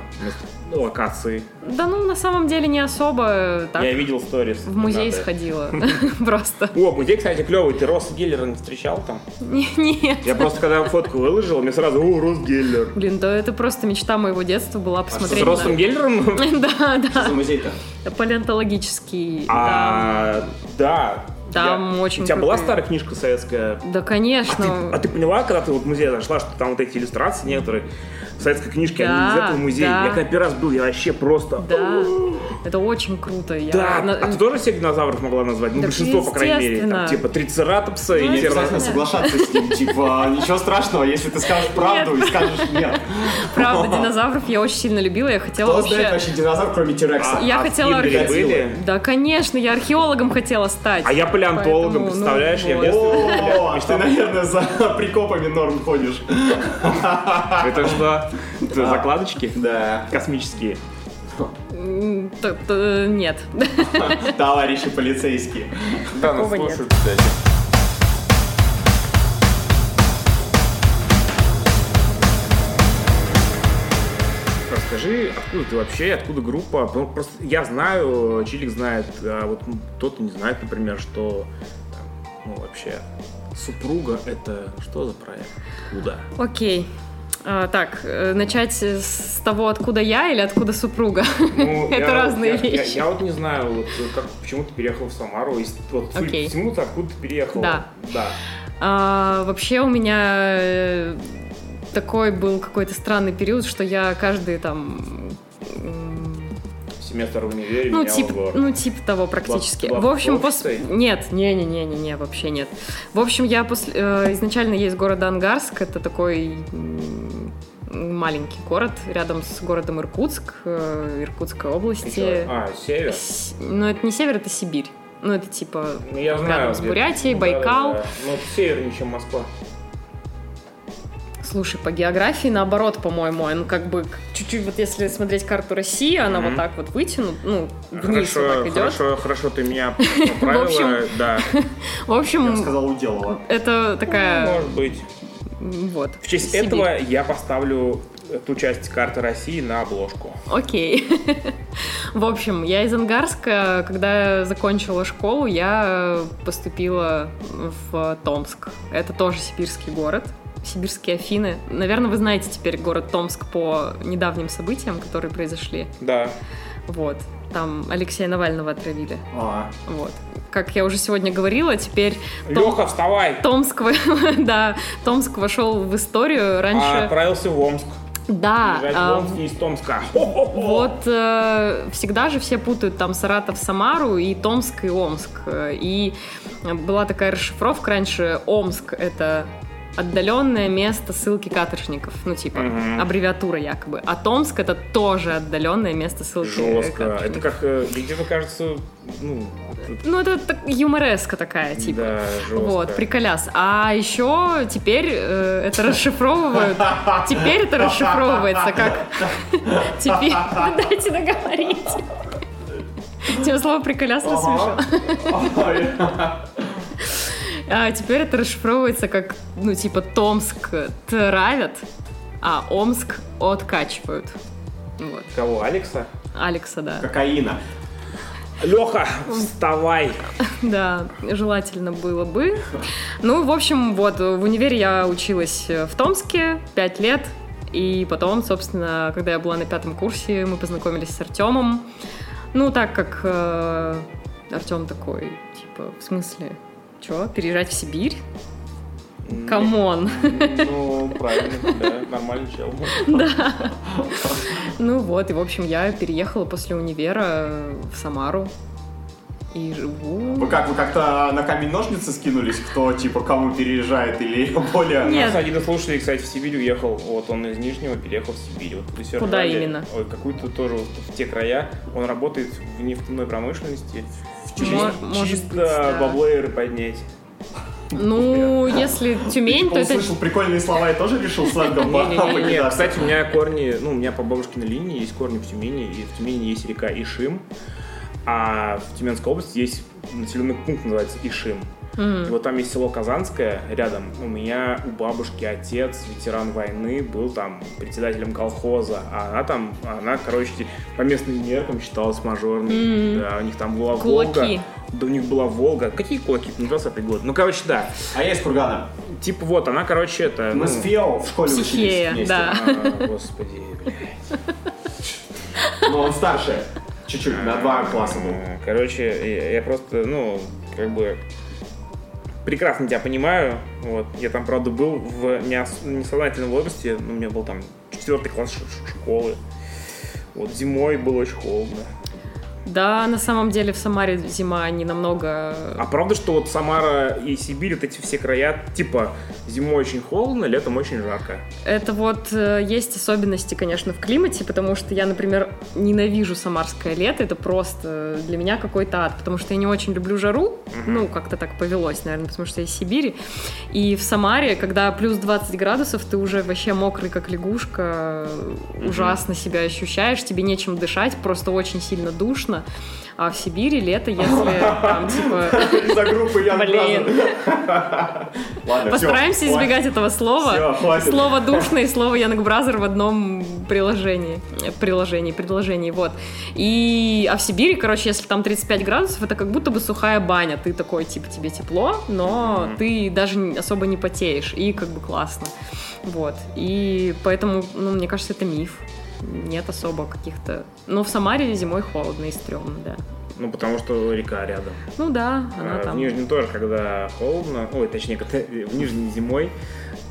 [SPEAKER 1] ну, локации.
[SPEAKER 3] Да ну, на самом деле не особо так.
[SPEAKER 1] Я видел сторис.
[SPEAKER 3] В музей
[SPEAKER 1] Надо.
[SPEAKER 3] сходила. (laughs) Просто.
[SPEAKER 1] О, музей, кстати, клевый. Ты Росс Гиллера не встречал там?
[SPEAKER 3] Не- Нет.
[SPEAKER 1] Я просто когда фотку выложил, мне сразу, о, Росс Геллер.
[SPEAKER 3] Блин, да это просто мечта моего детства была
[SPEAKER 1] А С
[SPEAKER 3] посмотреть
[SPEAKER 1] Россом
[SPEAKER 3] на...
[SPEAKER 1] Геллером?
[SPEAKER 3] (laughs) Да,
[SPEAKER 2] Что за
[SPEAKER 3] да.
[SPEAKER 2] музей-то?
[SPEAKER 3] Палеонтологический. да.
[SPEAKER 1] А, да.
[SPEAKER 3] Там
[SPEAKER 1] Я-
[SPEAKER 3] очень
[SPEAKER 1] У тебя была
[SPEAKER 3] крутые. Ну.
[SPEAKER 1] старая книжка советская?
[SPEAKER 3] Да,
[SPEAKER 1] А ты, а
[SPEAKER 3] конечно.
[SPEAKER 1] ты поняла, когда ты вот в музей зашла, что там вот эти иллюстрации некоторые в советской книжке,
[SPEAKER 3] Да,
[SPEAKER 1] они из этого музея?
[SPEAKER 3] да.
[SPEAKER 1] Я когда первый раз был, я вообще просто...
[SPEAKER 3] Да. Это очень круто. Я
[SPEAKER 1] Да, (laughs)
[SPEAKER 3] на-
[SPEAKER 1] а ты тоже всех динозавров могла назвать? Ну,
[SPEAKER 3] Да,
[SPEAKER 1] большинство, по крайней мере. Там,
[SPEAKER 3] естественно. Ну,
[SPEAKER 1] типа трицератопса и
[SPEAKER 2] Не
[SPEAKER 1] все разные.
[SPEAKER 2] обязательно соглашаться с ним, типа, ничего страшного, если ты скажешь правду и скажешь
[SPEAKER 3] (laughs)
[SPEAKER 2] нет.
[SPEAKER 3] Правда, динозавров я очень сильно любила. Я хотела
[SPEAKER 2] Кто
[SPEAKER 3] вообще...
[SPEAKER 2] знает вообще динозавр, кроме Тирекса?
[SPEAKER 3] Я
[SPEAKER 1] а
[SPEAKER 3] хотела
[SPEAKER 1] в Индии
[SPEAKER 2] археолог.
[SPEAKER 1] были?
[SPEAKER 3] Да, конечно, я археологом хотела стать.
[SPEAKER 1] А я палеонтологом,
[SPEAKER 3] Поэтому, ну,
[SPEAKER 1] представляешь? я в
[SPEAKER 3] вот.
[SPEAKER 1] детстве...
[SPEAKER 2] О, ты, наверное, за прикопами норм ходишь. А.
[SPEAKER 1] Это что? Это закладочки?
[SPEAKER 2] Да.
[SPEAKER 1] Космические.
[SPEAKER 3] М, т- т- Нет.
[SPEAKER 2] Товарищи полицейские.
[SPEAKER 1] Да, ну,
[SPEAKER 3] нас (laughs) Такого слушают,
[SPEAKER 1] кстати. Расскажи, откуда ты вообще, откуда группа? Ну, просто я знаю, Чилик знает, а вот ну, кто-то не знает, например, что там, ну, вообще супруга это что за проект? Откуда?
[SPEAKER 3] Окей. А, Так, э, начать с того, откуда я или откуда супруга?
[SPEAKER 1] Ну,
[SPEAKER 3] (laughs) Это
[SPEAKER 1] я-
[SPEAKER 3] разные
[SPEAKER 1] я- я-
[SPEAKER 3] вещи.
[SPEAKER 1] Я вот не знаю, вот, как, почему ты переехал в Самару, и вот, судя
[SPEAKER 3] Окей.
[SPEAKER 1] по всему, ты откуда ты переехал.
[SPEAKER 3] Да.
[SPEAKER 1] Да.
[SPEAKER 3] А, вообще у меня э, такой был какой-то странный период, что я каждый там м,
[SPEAKER 1] Семестр в универе
[SPEAKER 3] Ну,
[SPEAKER 1] менял
[SPEAKER 3] типа,
[SPEAKER 1] город.
[SPEAKER 3] ну, типа того, практически.
[SPEAKER 1] Была-
[SPEAKER 3] в
[SPEAKER 1] была
[SPEAKER 3] общем, после...
[SPEAKER 1] творческой?
[SPEAKER 3] Нет, не-не-не-не, вообще нет. В общем, я после... э, изначально я из города Ангарск, это такой м, маленький город рядом с городом Иркутск, э, Иркутской
[SPEAKER 1] Ты
[SPEAKER 3] области.
[SPEAKER 1] чё? А, север.
[SPEAKER 3] С- Ну, это не север, это Сибирь. Ну, это типа...
[SPEAKER 1] Ну, я
[SPEAKER 3] Рядом
[SPEAKER 1] знаю.
[SPEAKER 3] с
[SPEAKER 1] где-
[SPEAKER 3] Бурятией,
[SPEAKER 1] да,
[SPEAKER 3] Байкал.
[SPEAKER 1] да, да. Ну, это севернее, чем Москва.
[SPEAKER 3] Слушай, по географии наоборот, по-моему, он как бы к- чуть-чуть, вот если смотреть карту России, она
[SPEAKER 1] Мгм.
[SPEAKER 3] вот так вот вытянута, ну, вниз
[SPEAKER 1] Хорошо,
[SPEAKER 3] вот так идет.
[SPEAKER 1] хорошо, хорошо, ты
[SPEAKER 3] (laughs)
[SPEAKER 1] меня поправила.
[SPEAKER 3] общем,
[SPEAKER 1] да.
[SPEAKER 3] В
[SPEAKER 2] Я бы
[SPEAKER 3] общем,
[SPEAKER 2] сказал, уделала.
[SPEAKER 3] это такая...
[SPEAKER 1] Ну, Может быть.
[SPEAKER 3] м, Вот.
[SPEAKER 1] Ну, В честь
[SPEAKER 3] Сибирь.
[SPEAKER 1] этого я поставлю ту часть карты России на обложку.
[SPEAKER 3] Окей. (laughs) В общем, я из Ангарска. Когда я закончила школу, я поступила в Томск. Это тоже сибирский город. Сибирские Афины. Наверное, вы знаете теперь город Томск по недавним событиям, которые произошли.
[SPEAKER 1] Да.
[SPEAKER 3] Вот. Там Алексея Навального отравили.
[SPEAKER 2] А,
[SPEAKER 3] Вот. Как я уже сегодня говорила, теперь
[SPEAKER 1] Леха, вставай!
[SPEAKER 3] Томск, в- (laughs) да, Томск вошел в историю.
[SPEAKER 1] А,
[SPEAKER 3] Раньше,
[SPEAKER 1] Отправился в Омск.
[SPEAKER 3] да,
[SPEAKER 1] Бежать
[SPEAKER 3] а,
[SPEAKER 1] в Омск не из Томска. Хо-хо-хо.
[SPEAKER 3] Вот э, всегда же все путают там Саратов, Самару и Томск и Омск. Э, И была такая расшифровка раньше. Омск это отдаленное место ссылки каторжников, ну типа
[SPEAKER 1] Мгм.
[SPEAKER 3] аббревиатура якобы. А Томск это тоже отдаленное место ссылки
[SPEAKER 1] Жестко.
[SPEAKER 3] каторжников.
[SPEAKER 1] Это как э, где-то кажется, ну, это-
[SPEAKER 3] Ну это так, юмореска такая типа.
[SPEAKER 1] да, жестко.
[SPEAKER 3] Вот, приколяс. А еще теперь э, это расшифровывают. Теперь это расшифровывается как... Теперь... (laughs) Да Дайте договорить. Тебе слово приколяс насмешило.
[SPEAKER 2] Ага.
[SPEAKER 3] А теперь это расшифровывается как, ну, типа, Томск травят, а Омск откачивают. Вот.
[SPEAKER 1] Кого, Алекса?
[SPEAKER 3] Алекса, да.
[SPEAKER 2] (laughs) Кокаина.
[SPEAKER 1] Леха, вставай!
[SPEAKER 3] Да, желательно было бы. Ну, в общем, вот, в универе я училась э, в Томске 5 лет. И потом, собственно, когда я была на пятом курсе, мы познакомились с Артемом. Ну, так как э, Артем такой, типа, в смысле, чё, переезжать в Сибирь? Камон!
[SPEAKER 1] Ну, правильно, да, нормальный чел.
[SPEAKER 3] Ну вот, и, в общем, я переехала после универа в Самару. И живу.
[SPEAKER 2] Вы как, вы как-то на камень-ножницы скинулись, кто, типа, кому переезжает или (laughs) более...
[SPEAKER 1] У
[SPEAKER 3] Нет.
[SPEAKER 1] нас один из слушателей, кстати, в Сибирь уехал. Вот он из Нижнего переехал в Сибирь. Вот режиссер
[SPEAKER 3] Куда
[SPEAKER 1] Ради,
[SPEAKER 3] именно?
[SPEAKER 1] Ой, какую-то тоже вот в те края. Он работает в нефтяной промышленности. В
[SPEAKER 3] Мо- может
[SPEAKER 1] чисто
[SPEAKER 3] быть, да.
[SPEAKER 1] баблоеры поднять.
[SPEAKER 3] Ну, если Тюмень, то
[SPEAKER 2] Он
[SPEAKER 3] это...
[SPEAKER 2] слышал Типа, прикольные слова и тоже решил
[SPEAKER 1] (laughs)
[SPEAKER 2] сленгом (laughs)
[SPEAKER 1] Не,
[SPEAKER 2] покидаться.
[SPEAKER 1] кстати, у меня корни, ну, у меня по бабушкиной линии есть корни в Тюмени, и в Тюмени есть река Ишим, а в Тюменской области есть населенный пункт, называется Ишим. И
[SPEAKER 3] М.
[SPEAKER 1] вот там есть село Казанское рядом. У меня у бабушки отец, ветеран войны, был там председателем колхоза. А она там, она, короче, по местным меркам считалась мажорной.
[SPEAKER 3] М.
[SPEAKER 1] Да, у них там была
[SPEAKER 3] Кулаки.
[SPEAKER 1] Волга. Да у них была Волга. Какие коки? Ну, 20 год. Ну, короче, да.
[SPEAKER 2] А я из Кургана.
[SPEAKER 1] Типа вот, она, короче, это...
[SPEAKER 2] Мы
[SPEAKER 1] ну,
[SPEAKER 2] с Фео в школе
[SPEAKER 3] Психея,
[SPEAKER 2] учились вместе.
[SPEAKER 3] да.
[SPEAKER 1] а, господи, блядь.
[SPEAKER 2] Но он старше. Чуть-чуть, на два класса был. (laughs)
[SPEAKER 1] Э, Короче, я- я просто, ну, как бы прекрасно тебя понимаю. Вот. Я там, правда, был в неос- несознательном возрасте. Ну, у меня был там четвертый класс ш- ш- школы. Вот зимой было очень холодно.
[SPEAKER 3] Да, на самом деле в Самаре зима не намного...
[SPEAKER 1] А правда, что вот Самара и Сибирь, вот эти все края, типа, зимой очень холодно, летом очень жарко.
[SPEAKER 3] Это вот э, есть особенности, конечно, в климате, потому что я, например, ненавижу самарское лето. Это просто для меня какой-то ад, потому что я не очень люблю жару. Ну, как-то так повелось, наверное, потому что я из Сибири. И в Самаре, когда плюс 20 градусов, ты уже вообще мокрый, как лягушка, ужасно себя ощущаешь, тебе нечем дышать, просто очень сильно душно. А в Сибири лето, если там, типа...
[SPEAKER 2] Из-за группы Ян
[SPEAKER 3] Блин.
[SPEAKER 2] (laughs) Ладно,
[SPEAKER 3] Постараемся избегать этого слова.
[SPEAKER 2] Все, хватит.
[SPEAKER 3] Слово «душно» и слово «Янг Бразер» в одном приложении. Э, Приложении, предложении, вот. И, а в Сибири, короче, если там 35 градусов, это как будто бы сухая баня. Ты такой, типа, тебе тепло, но
[SPEAKER 1] Мгм.
[SPEAKER 3] ты даже не- особо не потеешь. И как бы классно. Вот. И поэтому, ну, мне кажется, это миф. Нет особо каких-то... Но в Самаре зимой холодно и стрёмно, да.
[SPEAKER 1] Ну, потому что река рядом.
[SPEAKER 3] Ну да, она
[SPEAKER 1] А, В
[SPEAKER 3] там...
[SPEAKER 1] Нижнем тоже, когда холодно, ой, точнее, когда, (laughs) в Нижнем зимой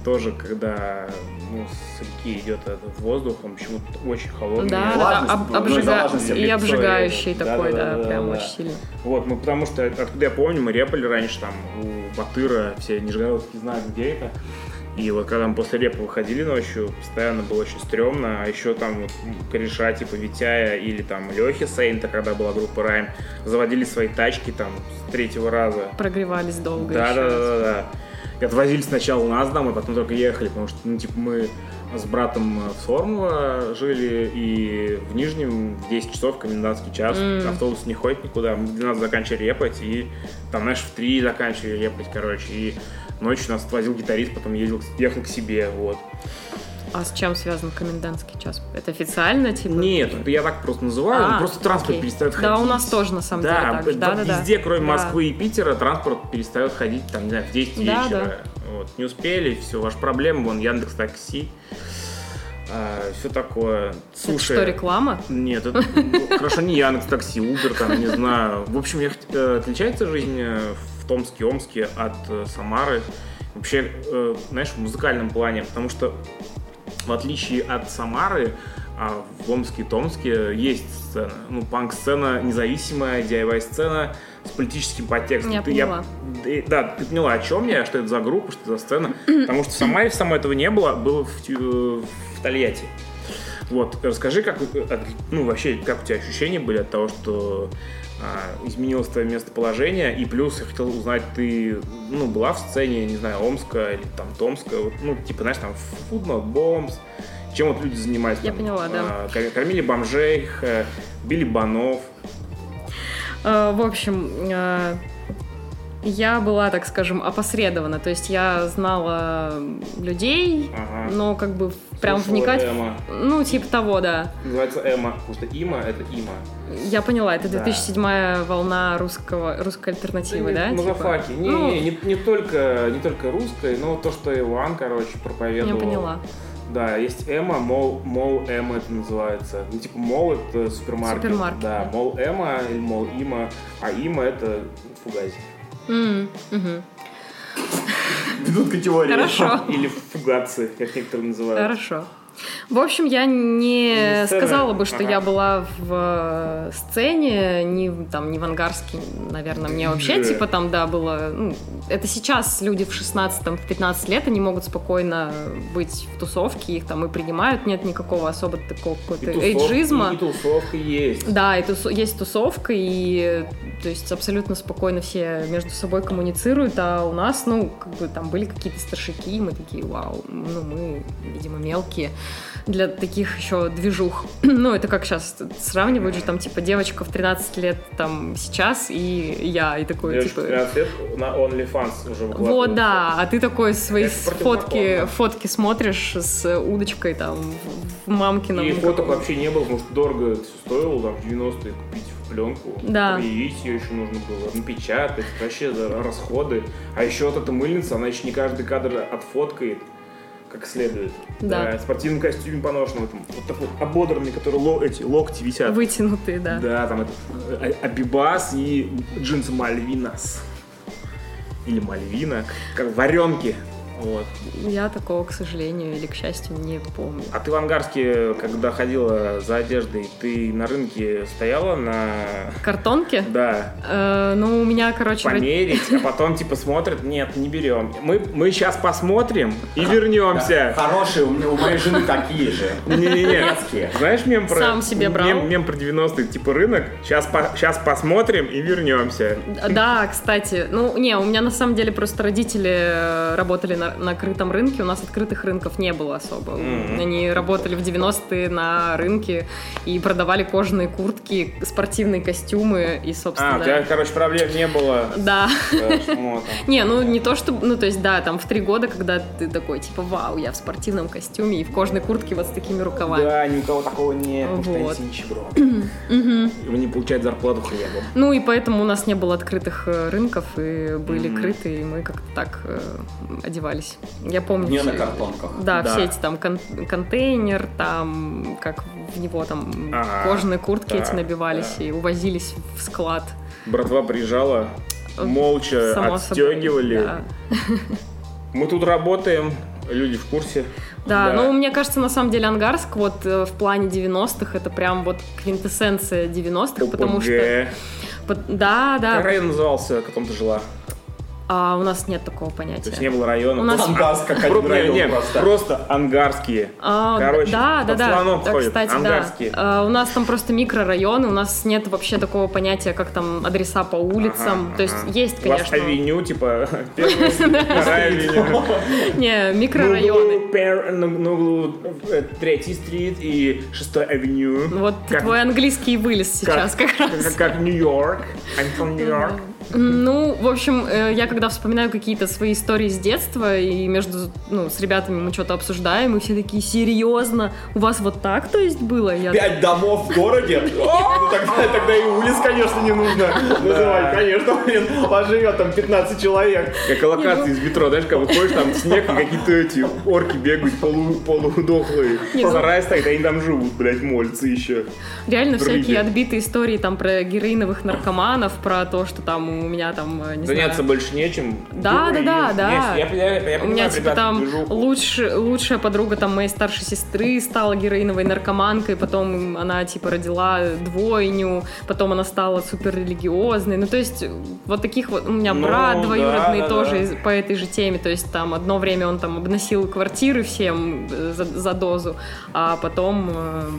[SPEAKER 1] тоже, когда ну, с реки идет этот воздух, он почему-то очень холодный.
[SPEAKER 3] Ну Да, да,
[SPEAKER 2] влажность
[SPEAKER 3] да, об-
[SPEAKER 2] была, ну,
[SPEAKER 3] обжига-
[SPEAKER 2] влажность
[SPEAKER 3] и
[SPEAKER 1] лицо,
[SPEAKER 3] обжигающий
[SPEAKER 1] и- да,
[SPEAKER 3] такой,
[SPEAKER 1] да,
[SPEAKER 3] да,
[SPEAKER 1] да,
[SPEAKER 3] прям
[SPEAKER 1] да.
[SPEAKER 3] очень сильно.
[SPEAKER 1] Вот, мы потому что, э, откуда я помню, мы репали раньше там у Батыра, все нижегородские знают, где это. И вот когда мы после репа выходили ночью, постоянно было очень стрёмно, а еще там вот кореша типа Витяя или там Лехи Сейнта, когда была группа Райм, заводили свои тачки там с третьего раза.
[SPEAKER 3] Прогревались долго
[SPEAKER 1] Да,
[SPEAKER 3] еще.
[SPEAKER 1] да, да, да. И отвозили сначала нас домой, потом только ехали, потому что, ну, типа, мы с братом э, в Сормово жили, и в Нижнем в 10 часов комендантский час,
[SPEAKER 3] М.
[SPEAKER 1] автобус не ходит никуда, мы в 12 заканчивали репать, и там, знаешь, в 3 заканчивали репать, короче, и ночью нас отвозил гитарист, потом ездил, ехал к себе, вот.
[SPEAKER 3] А с чем связан комендантский час? Это официально, типа?
[SPEAKER 1] Нет, это я так просто называю,
[SPEAKER 3] А,
[SPEAKER 1] ну, просто транспорт
[SPEAKER 3] окей.
[SPEAKER 1] перестает ходить.
[SPEAKER 3] Да, у нас тоже, на самом деле,
[SPEAKER 1] Да,
[SPEAKER 3] так же. Да, да, да.
[SPEAKER 1] везде, кроме
[SPEAKER 3] Да.
[SPEAKER 1] Москвы и Питера, транспорт перестает ходить, там, не знаю, в 10
[SPEAKER 3] Да,
[SPEAKER 1] вечера. Вот, не успели, все, ваши проблемы, вон, Яндекс Такси, все такое.
[SPEAKER 3] Это что,
[SPEAKER 1] Слушай,
[SPEAKER 3] реклама?
[SPEAKER 1] нет, это, ну, (laughs) хорошо, не Яндекс Такси, Убер, там, не знаю. В общем, я хот- э, отличается жизнь э, в Томске, Омске от э, Самары? Вообще, э, знаешь, в музыкальном плане, потому что в отличие от Самары, а в Омске и Томске есть сцена. Ну, панк-сцена независимая, DIY-сцена с политическим подтекстом.
[SPEAKER 3] Я
[SPEAKER 1] Ты-
[SPEAKER 3] поняла.
[SPEAKER 1] э, да, ты поняла, о чем я, что это за группа, что это за сцена. Потому что в Самаре само этого не было, было в, Тю- э, в Тольятти. Вот, расскажи, как, э, от- ну, вообще, как у тебя ощущения были от того, что а, изменилось твое местоположение, и плюс я хотел узнать, ты, ну, была в сцене, не знаю, Омска или там Томска, вот, ну, типа, знаешь, там, Фудно, Бомс, чем вот люди занимались?
[SPEAKER 3] Я
[SPEAKER 1] там,
[SPEAKER 3] поняла, да.
[SPEAKER 1] а, кор- кормили бомжей, х, били банов.
[SPEAKER 3] Э, В общем, э, я была, так скажем, опосредована. То есть я знала людей,
[SPEAKER 1] Ага.
[SPEAKER 3] но как бы Ну, прям
[SPEAKER 1] Слушала
[SPEAKER 3] вникать... в-
[SPEAKER 1] Эма.
[SPEAKER 3] Ну, типа того, да.
[SPEAKER 1] Называется Эма, потому что Има — это Има.
[SPEAKER 3] Я поняла, это
[SPEAKER 1] Да.
[SPEAKER 3] 2007 волна русского, русской альтернативы, да? типа?
[SPEAKER 1] Мазафаки. Не,
[SPEAKER 3] Ну,
[SPEAKER 1] не, не, не только, не только русская, но то, что Иван, короче,
[SPEAKER 3] Я
[SPEAKER 1] проповедовал.
[SPEAKER 3] поняла.
[SPEAKER 1] Да, есть Эма, Мол, Мол Эма это называется. Ну, типа, Мол это супермаркет.
[SPEAKER 3] Супермаркет,
[SPEAKER 1] Да,
[SPEAKER 3] да.
[SPEAKER 1] Мол Эма или Мол Има, а Има это фугазик.
[SPEAKER 3] М, мгм.
[SPEAKER 2] Ведут категории.
[SPEAKER 3] Хорошо.
[SPEAKER 1] Или фугацы, как некоторые называют.
[SPEAKER 3] Хорошо. В общем, я не
[SPEAKER 1] Не сцена.
[SPEAKER 3] сказала бы, что
[SPEAKER 1] Ага.
[SPEAKER 3] я была в э, сцене, не, в- там, не в Ангарске, наверное, мне вообще,
[SPEAKER 1] Да.
[SPEAKER 3] типа, там, да, было... ну, это сейчас люди в 16-15 лет, они могут спокойно быть в тусовке, их там и принимают, нет никакого особо такого
[SPEAKER 1] И
[SPEAKER 3] какого-то
[SPEAKER 1] тусовка,
[SPEAKER 3] эйджизма.
[SPEAKER 1] И тусовка есть.
[SPEAKER 3] Да, и тусо- есть тусовка, и э, то есть абсолютно спокойно все между собой коммуницируют, а у нас, ну, как бы там были какие-то старшики, и мы такие, вау, ну, мы, видимо, мелкие для таких еще движух. (clears throat) ну, это как сейчас сравнивают же, там, типа, девочка в 13 лет, там, сейчас, и я, и такой,
[SPEAKER 1] Девочка
[SPEAKER 3] типа...
[SPEAKER 1] 13 лет на OnlyFans уже выкладывает.
[SPEAKER 3] Вот, да, а ты такой свои
[SPEAKER 1] Это
[SPEAKER 3] с-
[SPEAKER 1] противозаконно.
[SPEAKER 3] фотки, фотки смотришь с удочкой там в- в мамкином.
[SPEAKER 1] И фоток
[SPEAKER 3] каком-
[SPEAKER 1] вообще не было, потому что дорого это всё стоило, там, в 90-е купить в пленку.
[SPEAKER 3] Да.
[SPEAKER 1] Проявить ее еще нужно было, напечатать, вообще да, расходы. А еще вот эта мыльница, она еще не каждый кадр отфоткает как следует.
[SPEAKER 3] Да.
[SPEAKER 1] в спортивном костюме поношенном, этом, вот такой ободранный, который ло- эти локти висят.
[SPEAKER 3] Вытянутые, да.
[SPEAKER 1] Да, там это э, а- Абибас и джинсы Мальвинас. Или Мальвина, как варенки. Вот.
[SPEAKER 3] Я такого, к сожалению, или к счастью, не помню.
[SPEAKER 1] А ты в Ангарске, когда ходила за одеждой, ты на рынке стояла на...
[SPEAKER 3] Картонки?
[SPEAKER 1] Да,
[SPEAKER 3] Э, ну, у меня, короче... вроде-
[SPEAKER 1] померить, а потом типа смотрят, нет, не берем. Мы, мы сейчас посмотрим и вернемся.
[SPEAKER 2] Хорошие, у, меня- у моей жены такие же.
[SPEAKER 1] Не-не-не.
[SPEAKER 2] Детские.
[SPEAKER 1] Знаешь, мем про...
[SPEAKER 3] Сам себе брал?
[SPEAKER 1] Мем, мем про 90-е, типа рынок, сейчас, сейчас посмотрим и вернемся.
[SPEAKER 3] Да, кстати. Ну, не, у меня на самом деле просто родители э, работали на, на крытом рынке. У нас открытых рынков не было особо.
[SPEAKER 1] Мгм.
[SPEAKER 3] Они работали в 90-е на рынке и продавали кожаные куртки, спортивные костюмы и, собственно...
[SPEAKER 1] А, у тебя, короче, проблем не было.
[SPEAKER 3] Да.
[SPEAKER 1] Э, шмотом.
[SPEAKER 3] Не, ну не то, что... Ну, то есть, да, там в три года, когда ты такой, типа, вау, я в спортивном костюме и в кожаной куртке вот с такими рукавами.
[SPEAKER 1] Да, ни у кого такого нет, потому что они
[SPEAKER 3] Вот.
[SPEAKER 1] все нищеброды.
[SPEAKER 3] Мгм.
[SPEAKER 1] Вы не получаете зарплату хлебом.
[SPEAKER 3] Ну и поэтому у нас не было открытых э, рынков, и были
[SPEAKER 1] Мгм.
[SPEAKER 3] крытые, и мы как-то так э, одевались. Я помню...
[SPEAKER 2] Не
[SPEAKER 3] все-
[SPEAKER 2] на картонках.
[SPEAKER 3] Да,
[SPEAKER 1] Да.
[SPEAKER 3] все эти там кон- контейнер, там как в него там
[SPEAKER 1] Ага,
[SPEAKER 3] кожаные куртки эти
[SPEAKER 1] да,
[SPEAKER 3] набивались
[SPEAKER 1] да.
[SPEAKER 3] и увозились в склад.
[SPEAKER 1] Братва приезжала,
[SPEAKER 3] Э,
[SPEAKER 1] молча
[SPEAKER 3] Само собой,
[SPEAKER 1] отстегивали.
[SPEAKER 3] Да,
[SPEAKER 1] Мы тут работаем, люди в курсе.
[SPEAKER 3] Да,
[SPEAKER 1] Да.
[SPEAKER 3] ну мне кажется, на самом деле Ангарск вот э, в плане 90-х это прям вот квинтэссенция 90-х, потому что...
[SPEAKER 1] ОПГ.
[SPEAKER 3] под- Да,
[SPEAKER 1] Как
[SPEAKER 3] да,
[SPEAKER 1] район назывался, в котором ты жила?
[SPEAKER 3] а у нас нет такого
[SPEAKER 1] То есть
[SPEAKER 3] понятия.
[SPEAKER 1] не было района.
[SPEAKER 3] У нас- (laughs)
[SPEAKER 1] просто-
[SPEAKER 2] Фантастка, как
[SPEAKER 1] Про-
[SPEAKER 2] один район
[SPEAKER 1] не, не,
[SPEAKER 2] просто.
[SPEAKER 1] просто ангарские.
[SPEAKER 3] А,
[SPEAKER 1] Короче,
[SPEAKER 3] да, да,
[SPEAKER 1] под
[SPEAKER 3] да.
[SPEAKER 1] слоном
[SPEAKER 3] Да,
[SPEAKER 1] ходят,
[SPEAKER 3] кстати, да.
[SPEAKER 1] ангарские.
[SPEAKER 3] А, у нас там просто микрорайоны, у нас нет вообще такого понятия, как там адреса по улицам.
[SPEAKER 1] Ага,
[SPEAKER 3] То есть
[SPEAKER 1] ага.
[SPEAKER 3] есть,
[SPEAKER 1] У вас
[SPEAKER 3] конечно.
[SPEAKER 1] авеню,
[SPEAKER 3] (laughs)
[SPEAKER 1] типа, (laughs) первая, вторая авеню.
[SPEAKER 3] Не,
[SPEAKER 1] На
[SPEAKER 3] микрорайоны.
[SPEAKER 1] углу Пер- на- на углу э, Третьей стрит и Шестой авеню. Ну,
[SPEAKER 3] Вот
[SPEAKER 1] Как-
[SPEAKER 3] твой английский вылез сейчас как, раз.
[SPEAKER 1] Как, как Нью-Йорк. I'm from New York.
[SPEAKER 3] Ну, в общем, э, я когда вспоминаю какие-то свои истории с детства, и между, ну, с ребятами мы что-то обсуждаем, и все такие, серьезно, у вас вот так, то есть было? Я
[SPEAKER 2] Пять домов
[SPEAKER 1] (laughs)
[SPEAKER 2] в городе? Ну, Тогда, тогда и улиц, конечно, не нужно называть. Конечно, блин, поживет там 15 человек.
[SPEAKER 1] Как
[SPEAKER 3] ну
[SPEAKER 1] локации из метро, знаешь, как выходишь, там снег, и какие-то эти орки бегают полу, полуудохлые.
[SPEAKER 3] Не, ну-
[SPEAKER 1] Сарай стоит, они там живут, блядь, молятся еще.
[SPEAKER 3] Реально
[SPEAKER 1] Другие.
[SPEAKER 3] всякие отбитые истории там про героиновых наркоманов, про то что там у меня там, э, не знаю...
[SPEAKER 1] больше нечем.
[SPEAKER 3] Да,
[SPEAKER 1] Думаю,
[SPEAKER 3] да,
[SPEAKER 1] и-
[SPEAKER 3] да, да.
[SPEAKER 1] не, Я, я- я
[SPEAKER 3] У меня
[SPEAKER 1] понимаю,
[SPEAKER 3] типа
[SPEAKER 1] ребята,
[SPEAKER 3] там
[SPEAKER 1] движуху.
[SPEAKER 3] лучше, лучшая подруга там моей старшей сестры стала героиновой наркоманкой, потом она типа родила двойню, потом она стала суперрелигиозной. Ну то есть вот таких вот у меня
[SPEAKER 1] Ну,
[SPEAKER 3] брат
[SPEAKER 1] да,
[SPEAKER 3] двоюродный
[SPEAKER 1] да,
[SPEAKER 3] тоже
[SPEAKER 1] да.
[SPEAKER 3] из- по этой же теме. То есть там одно время он там обносил квартиры всем э, за, за дозу, а потом э,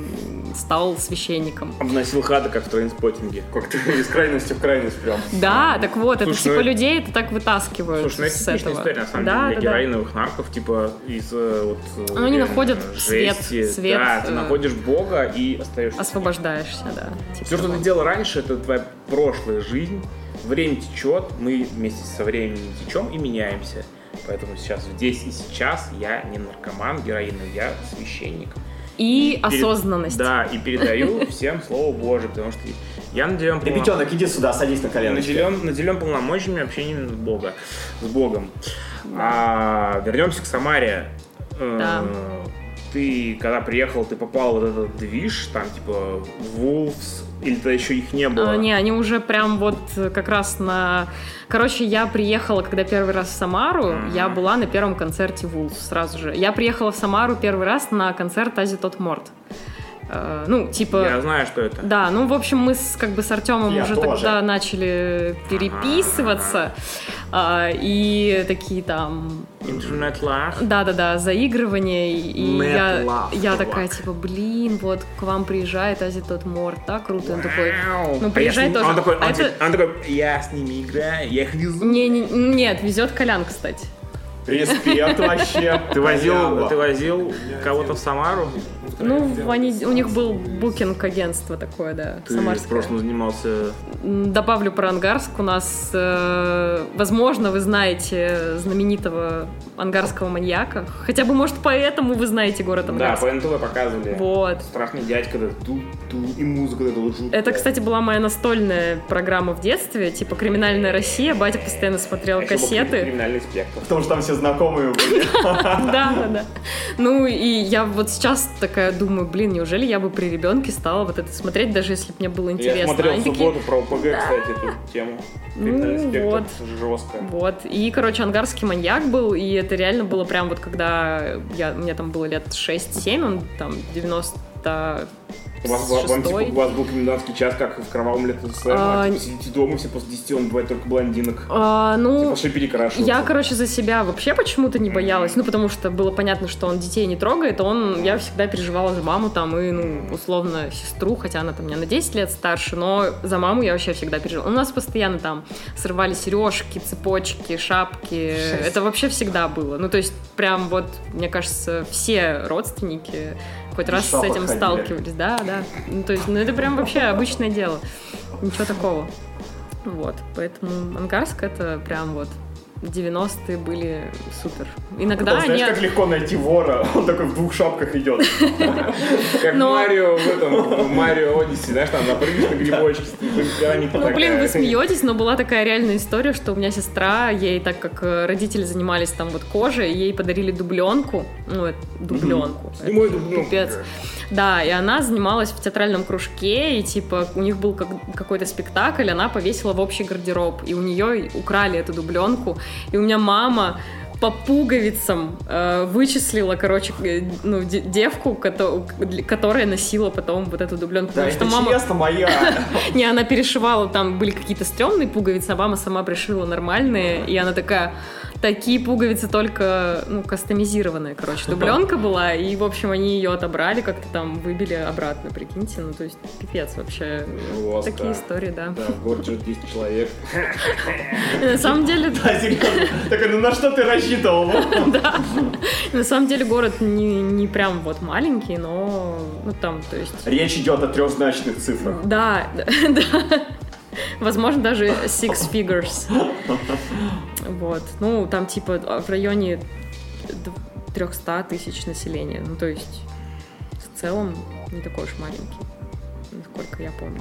[SPEAKER 3] стал священником.
[SPEAKER 1] Обносил хата, как в трейнспоттинге. (laughs)
[SPEAKER 2] Как-то из крайности в крайность прям.
[SPEAKER 3] Да, так вот, это
[SPEAKER 1] Слушай,
[SPEAKER 3] типа
[SPEAKER 1] ну,
[SPEAKER 3] людей это так вытаскивают
[SPEAKER 1] Слушай, ну это
[SPEAKER 3] с
[SPEAKER 1] типичная
[SPEAKER 3] этого.
[SPEAKER 1] история, на самом
[SPEAKER 3] да,
[SPEAKER 1] деле, для
[SPEAKER 3] да, да.
[SPEAKER 1] героиновых нарков, типа, из э, вот... э,
[SPEAKER 3] Ну, они
[SPEAKER 1] реально
[SPEAKER 3] находят свет,
[SPEAKER 1] жести.
[SPEAKER 3] свет,
[SPEAKER 1] Да, ты
[SPEAKER 3] э,
[SPEAKER 1] находишь Бога и остаешься. с ним.
[SPEAKER 3] Освобождаешься, да. типа
[SPEAKER 1] Все, что
[SPEAKER 3] того.
[SPEAKER 1] ты делал раньше, это твоя прошлая жизнь. Время течет, мы вместе со временем течем и меняемся. Поэтому сейчас, здесь и сейчас я не наркоман, героина, я священник.
[SPEAKER 3] И
[SPEAKER 1] перед-
[SPEAKER 3] осознанность.
[SPEAKER 1] Да, и передаю всем Слово Божие, потому что я наделен, полно-
[SPEAKER 2] Ребятенок, иди сюда, садись на коленочки.
[SPEAKER 1] наделен, наделен полномочиями общения с Бога, с Богом. А, вернемся к Самаре. Э,
[SPEAKER 3] Да.
[SPEAKER 1] ты, когда приехал, ты попал в вот этот движ, там, типа, Wolves, или тогда еще их не было?
[SPEAKER 3] А, не, они уже прям вот как раз на... Короче, я приехала, когда первый раз в Самару,
[SPEAKER 1] Мгм.
[SPEAKER 3] я была на первом концерте Wolves сразу же. Я приехала в Самару первый раз на концерт Ази Тот Морт. Э, ну, типа...
[SPEAKER 1] Я знаю, что это.
[SPEAKER 3] Да, ну, в общем, мы с, как бы с Артемом
[SPEAKER 2] Я
[SPEAKER 3] уже
[SPEAKER 2] тоже.
[SPEAKER 3] тогда начали переписываться. а, и такие там...
[SPEAKER 1] Интернет лах.
[SPEAKER 3] Да-да-да, заигрывание. И я,
[SPEAKER 1] Mad love,
[SPEAKER 3] я
[SPEAKER 1] чувак.
[SPEAKER 3] такая, типа, блин, вот к вам приезжает Ази Тот Морт, так круто. Он такой, ну, приезжай тоже.
[SPEAKER 1] А Он такой,
[SPEAKER 3] А
[SPEAKER 1] он
[SPEAKER 3] это-
[SPEAKER 1] типа- он такой, я с ними играю, я их везу.
[SPEAKER 3] не, не- нет, везет Колян, кстати.
[SPEAKER 2] Респект вообще.
[SPEAKER 1] Ты возил,
[SPEAKER 2] Прямо.
[SPEAKER 1] ты возил кого-то в Самару?
[SPEAKER 3] Ну, они, у них был букинг агентство такое, да,
[SPEAKER 1] Ты в
[SPEAKER 3] самарское.
[SPEAKER 1] прошлом занимался...
[SPEAKER 3] М, Добавлю про Ангарск. У нас, э, возможно, вы знаете знаменитого ангарского маньяка. Хотя бы, может, поэтому вы знаете город
[SPEAKER 1] Да,
[SPEAKER 3] Ангарск.
[SPEAKER 1] по НТВ показывали.
[SPEAKER 3] Вот.
[SPEAKER 1] Страшный дядька, да, ту-ту, и музыка такая вот жуткая.
[SPEAKER 3] Это, кстати, была моя настольная программа в детстве, типа «Криминальная Россия». Батя постоянно смотрел
[SPEAKER 1] Еще А был
[SPEAKER 3] кассеты.
[SPEAKER 1] Криминальный спектр.
[SPEAKER 2] Потому что там все знакомые были.
[SPEAKER 3] Да, (laughs) да, да. Ну, и я вот сейчас такая думаю, блин, неужели я бы при ребенке стала вот это смотреть, даже если бы мне было интересно.
[SPEAKER 1] Я смотрел
[SPEAKER 3] Они
[SPEAKER 1] в
[SPEAKER 3] такие,
[SPEAKER 1] субботу про ОПГ, кстати, эту тему. Криминальный
[SPEAKER 3] Ну,
[SPEAKER 1] спектр
[SPEAKER 3] вот.
[SPEAKER 1] жестко.
[SPEAKER 3] Вот. И, короче, ангарский маньяк был, и это реально было прям вот когда я, мне там было лет 6-7, он там 90
[SPEAKER 1] У вас, был- вам, типа, у вас был комендантский час, как в кровавом лету СССР. а,
[SPEAKER 3] А,
[SPEAKER 1] типа, сидите дома, все после 10, он бывает только блондинок.
[SPEAKER 3] а, ну,
[SPEAKER 1] Типа шли перекрашиваться.
[SPEAKER 3] я, короче, за себя вообще почему-то не боялась, ну, потому что было понятно, что он детей не трогает, а он, я всегда переживала за маму там и, ну, условно, сестру, хотя она там меня на 10 лет старше, но за маму я вообще всегда переживала. У нас постоянно там срывали сережки, цепочки, шапки, это вообще всегда было, ну, то есть прям вот, мне кажется, все родственники хоть
[SPEAKER 2] Без
[SPEAKER 3] раз с
[SPEAKER 2] шапок
[SPEAKER 3] этим
[SPEAKER 2] ходили.
[SPEAKER 3] сталкивались, да, да, ну, то есть, ну, это прям вообще обычное дело, ничего такого. Вот, поэтому Ангарск это прям вот 90-е были супер. Иногда
[SPEAKER 2] Там, знаешь,
[SPEAKER 3] они...
[SPEAKER 2] как легко найти вора? Он такой в двух шапках идет.
[SPEAKER 1] Как
[SPEAKER 3] Но-
[SPEAKER 1] Марио в этом, в Марио Одиссе, знаешь, там напрыгнешь на грибочки,
[SPEAKER 3] Ну, блин, вы смеетесь, но была такая реальная история, что у меня сестра, ей, так как э, родители занимались там вот кожей, ей подарили дубленку, ну, это дубленку.
[SPEAKER 1] Снимай дубленку.
[SPEAKER 3] Пипец. Да, и она занималась в театральном кружке, и типа у них был как- какой-то спектакль, она повесила в общий гардероб, и у нее украли эту дубленку, и у меня мама по пуговицам э, вычислила, короче, э, ну, де- девку, кото- для- которая носила потом вот эту дубленку.
[SPEAKER 2] Да,
[SPEAKER 3] (laughs) потому что
[SPEAKER 2] это
[SPEAKER 3] мама...
[SPEAKER 2] честно моя.
[SPEAKER 3] Не, она перешивала, там были какие-то стрёмные пуговицы, а мама сама пришила нормальные, и она такая, такие пуговицы только, ну, кастомизированные, короче, дубленка была, и, в общем, они ее отобрали, как-то там выбили обратно, прикиньте, ну, то есть, пипец вообще.
[SPEAKER 1] Жестко.
[SPEAKER 3] Такие истории, да.
[SPEAKER 1] Да, в городе живет 10 человек.
[SPEAKER 3] И (laughs) на самом деле,
[SPEAKER 2] Да, серьезно. Такой, ну на что ты рассчитывал?
[SPEAKER 3] на самом деле город не, не прям вот маленький, но, ну, там, то есть...
[SPEAKER 2] Речь идет о трехзначных цифрах.
[SPEAKER 3] Да, (laughs) да. Возможно, даже six figures. Вот. Ну, там типа а, в районе д- 300 тысяч населения. Ну, то есть в целом не такой уж маленький, насколько я помню.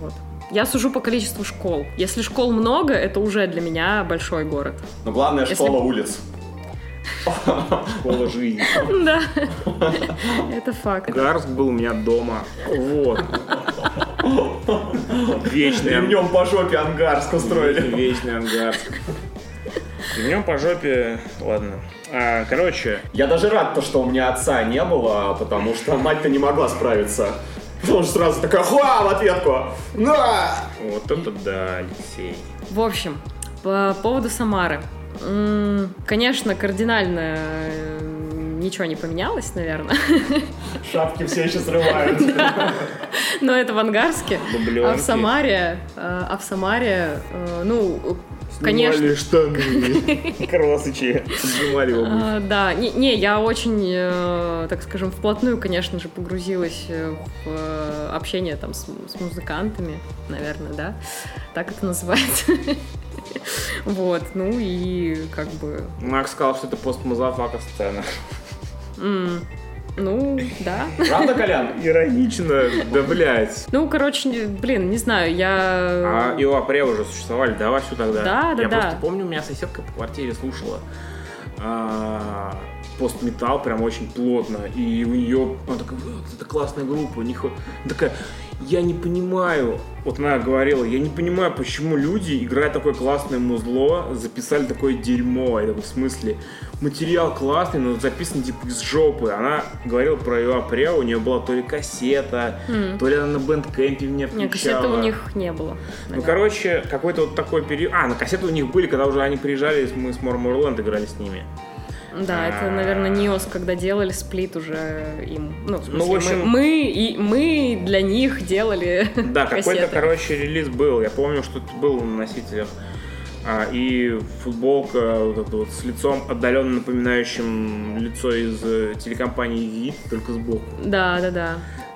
[SPEAKER 3] Вот. Я сужу по количеству школ. Если школ много, это уже для меня большой город. (laughs)
[SPEAKER 2] Но главное
[SPEAKER 3] Если-
[SPEAKER 2] школа улиц.
[SPEAKER 1] Школа жизни.
[SPEAKER 3] Да, это факт.
[SPEAKER 1] Гарск был у меня дома. Вот.
[SPEAKER 2] И
[SPEAKER 1] Вечный
[SPEAKER 2] в нем по жопе ангарск устроили.
[SPEAKER 1] Вечный ангарск. И в нем по жопе... Ладно. А, короче,
[SPEAKER 2] Я даже рад, то, что у меня отца не было, потому что мать-то не могла справиться. Потому что сразу такая хуа в ответку. На!
[SPEAKER 1] вот это да, Алексей.
[SPEAKER 3] В общем, по поводу Самары. М, Конечно, кардинально э, ничего не поменялось, наверное. (laughs)
[SPEAKER 2] Шапки все еще срывают.
[SPEAKER 3] Но это в Ангарске. А
[SPEAKER 1] Дубленки.
[SPEAKER 3] в Самаре, э, а в Самаре, э, ну, э,
[SPEAKER 1] Снимали
[SPEAKER 3] конечно, (laughs)
[SPEAKER 1] штаны. Кросычи. Снимали обувь.
[SPEAKER 3] А, Да, не, не, я очень, э, так скажем, вплотную, конечно же, погрузилась э, в э, общение там с, с музыкантами, наверное, да, так это называется. (laughs) Вот, ну и как бы,
[SPEAKER 1] Макс сказал, что это постмазафака сцена.
[SPEAKER 3] м, ну, да.
[SPEAKER 2] Правда, Колян?
[SPEAKER 1] Иронично, да блять.
[SPEAKER 3] Ну, короче, не- блин, не знаю, я...
[SPEAKER 1] А и Апре уже существовали, да, Васю тогда?
[SPEAKER 3] Э, Да, да,
[SPEAKER 1] Я
[SPEAKER 3] да.
[SPEAKER 1] просто помню, у меня соседка по квартире слушала. А, постметал прям очень плотно. И у нее, она такая, «Вот это классная группа, у них вот-» Она такая, я не понимаю, вот она говорила, я не понимаю, почему люди, играя такое классное музло, записали такое дерьмо. Я такой, в смысле, материал классный, но записан типа из жопы. Она говорила про ее апрел, у нее была то ли кассета,
[SPEAKER 3] М.
[SPEAKER 1] то ли она на бэндкэмпе меня включала.
[SPEAKER 3] Нет, кассеты у них не было.
[SPEAKER 1] Ну,
[SPEAKER 3] наверное.
[SPEAKER 1] короче, какой-то вот такой период... А, на кассеты у них были, когда уже они приезжали, мы с Морморленд играли с ними. а.
[SPEAKER 3] Да, это, наверное, Ниос, когда делали сплит уже им. Ну, в
[SPEAKER 1] Ну, в
[SPEAKER 3] смысле,
[SPEAKER 1] общем-
[SPEAKER 3] мы, мы и, мы для них делали (laughs)
[SPEAKER 1] Да, какой-то,
[SPEAKER 3] кассеты.
[SPEAKER 1] короче, релиз был. Я помню, что это был на носителях. А, и футболка вот эта вот с лицом, отдаленно напоминающим лицо из э, телекомпании Вид, только сбоку.
[SPEAKER 3] Да, да, да.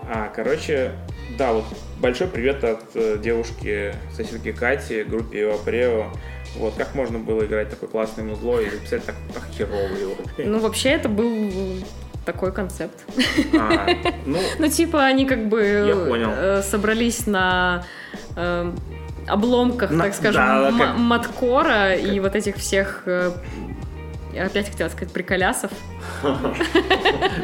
[SPEAKER 1] А, короче, да, вот большой привет от э, девушки, соседки Кати, группе Ева Прео. Вот, как можно было играть такое классное музло и записать так, так херово его?
[SPEAKER 3] Ну, вообще, это был такой концепт.
[SPEAKER 1] А, ну,
[SPEAKER 3] Ну, типа, они как бы
[SPEAKER 1] Я понял.
[SPEAKER 3] э, собрались на э, обломках,
[SPEAKER 1] На-
[SPEAKER 3] так скажем,
[SPEAKER 1] да, да,
[SPEAKER 3] ма-
[SPEAKER 1] как-
[SPEAKER 3] маткора и вот этих всех... э, я опять хотела сказать приколясов.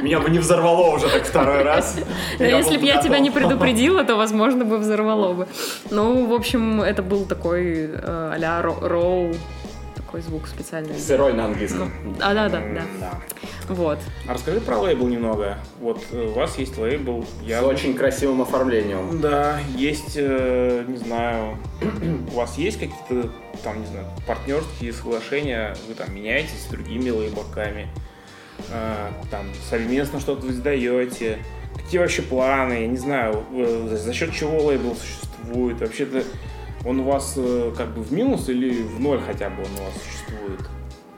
[SPEAKER 2] Меня бы не взорвало уже так второй
[SPEAKER 3] (laughs)
[SPEAKER 2] раз. (laughs)
[SPEAKER 3] Да, если
[SPEAKER 2] был
[SPEAKER 3] бы я тебя не
[SPEAKER 2] готов.
[SPEAKER 3] предупредила, то, возможно, бы взорвало бы. Ну, в общем, это был такой э, а-ля ро- роу, такой звук специальный.
[SPEAKER 2] Сырой на английском.
[SPEAKER 3] А, да, да,
[SPEAKER 1] м,
[SPEAKER 3] да.
[SPEAKER 1] да.
[SPEAKER 3] Вот.
[SPEAKER 1] А расскажи про лейбл немного. Вот э, у вас есть лейбл.
[SPEAKER 2] С очень красивым оформлением.
[SPEAKER 1] Да, есть, э, не знаю, (clears throat) у вас есть какие-то там, не знаю, партнерские соглашения, вы там меняетесь с другими лейбаками, э, там совместно что-то вы сдаете, какие вообще планы, я не знаю, э, за- за счет чего лейбл существует, вообще-то он у вас э, как бы в минус или в ноль хотя бы он у вас существует?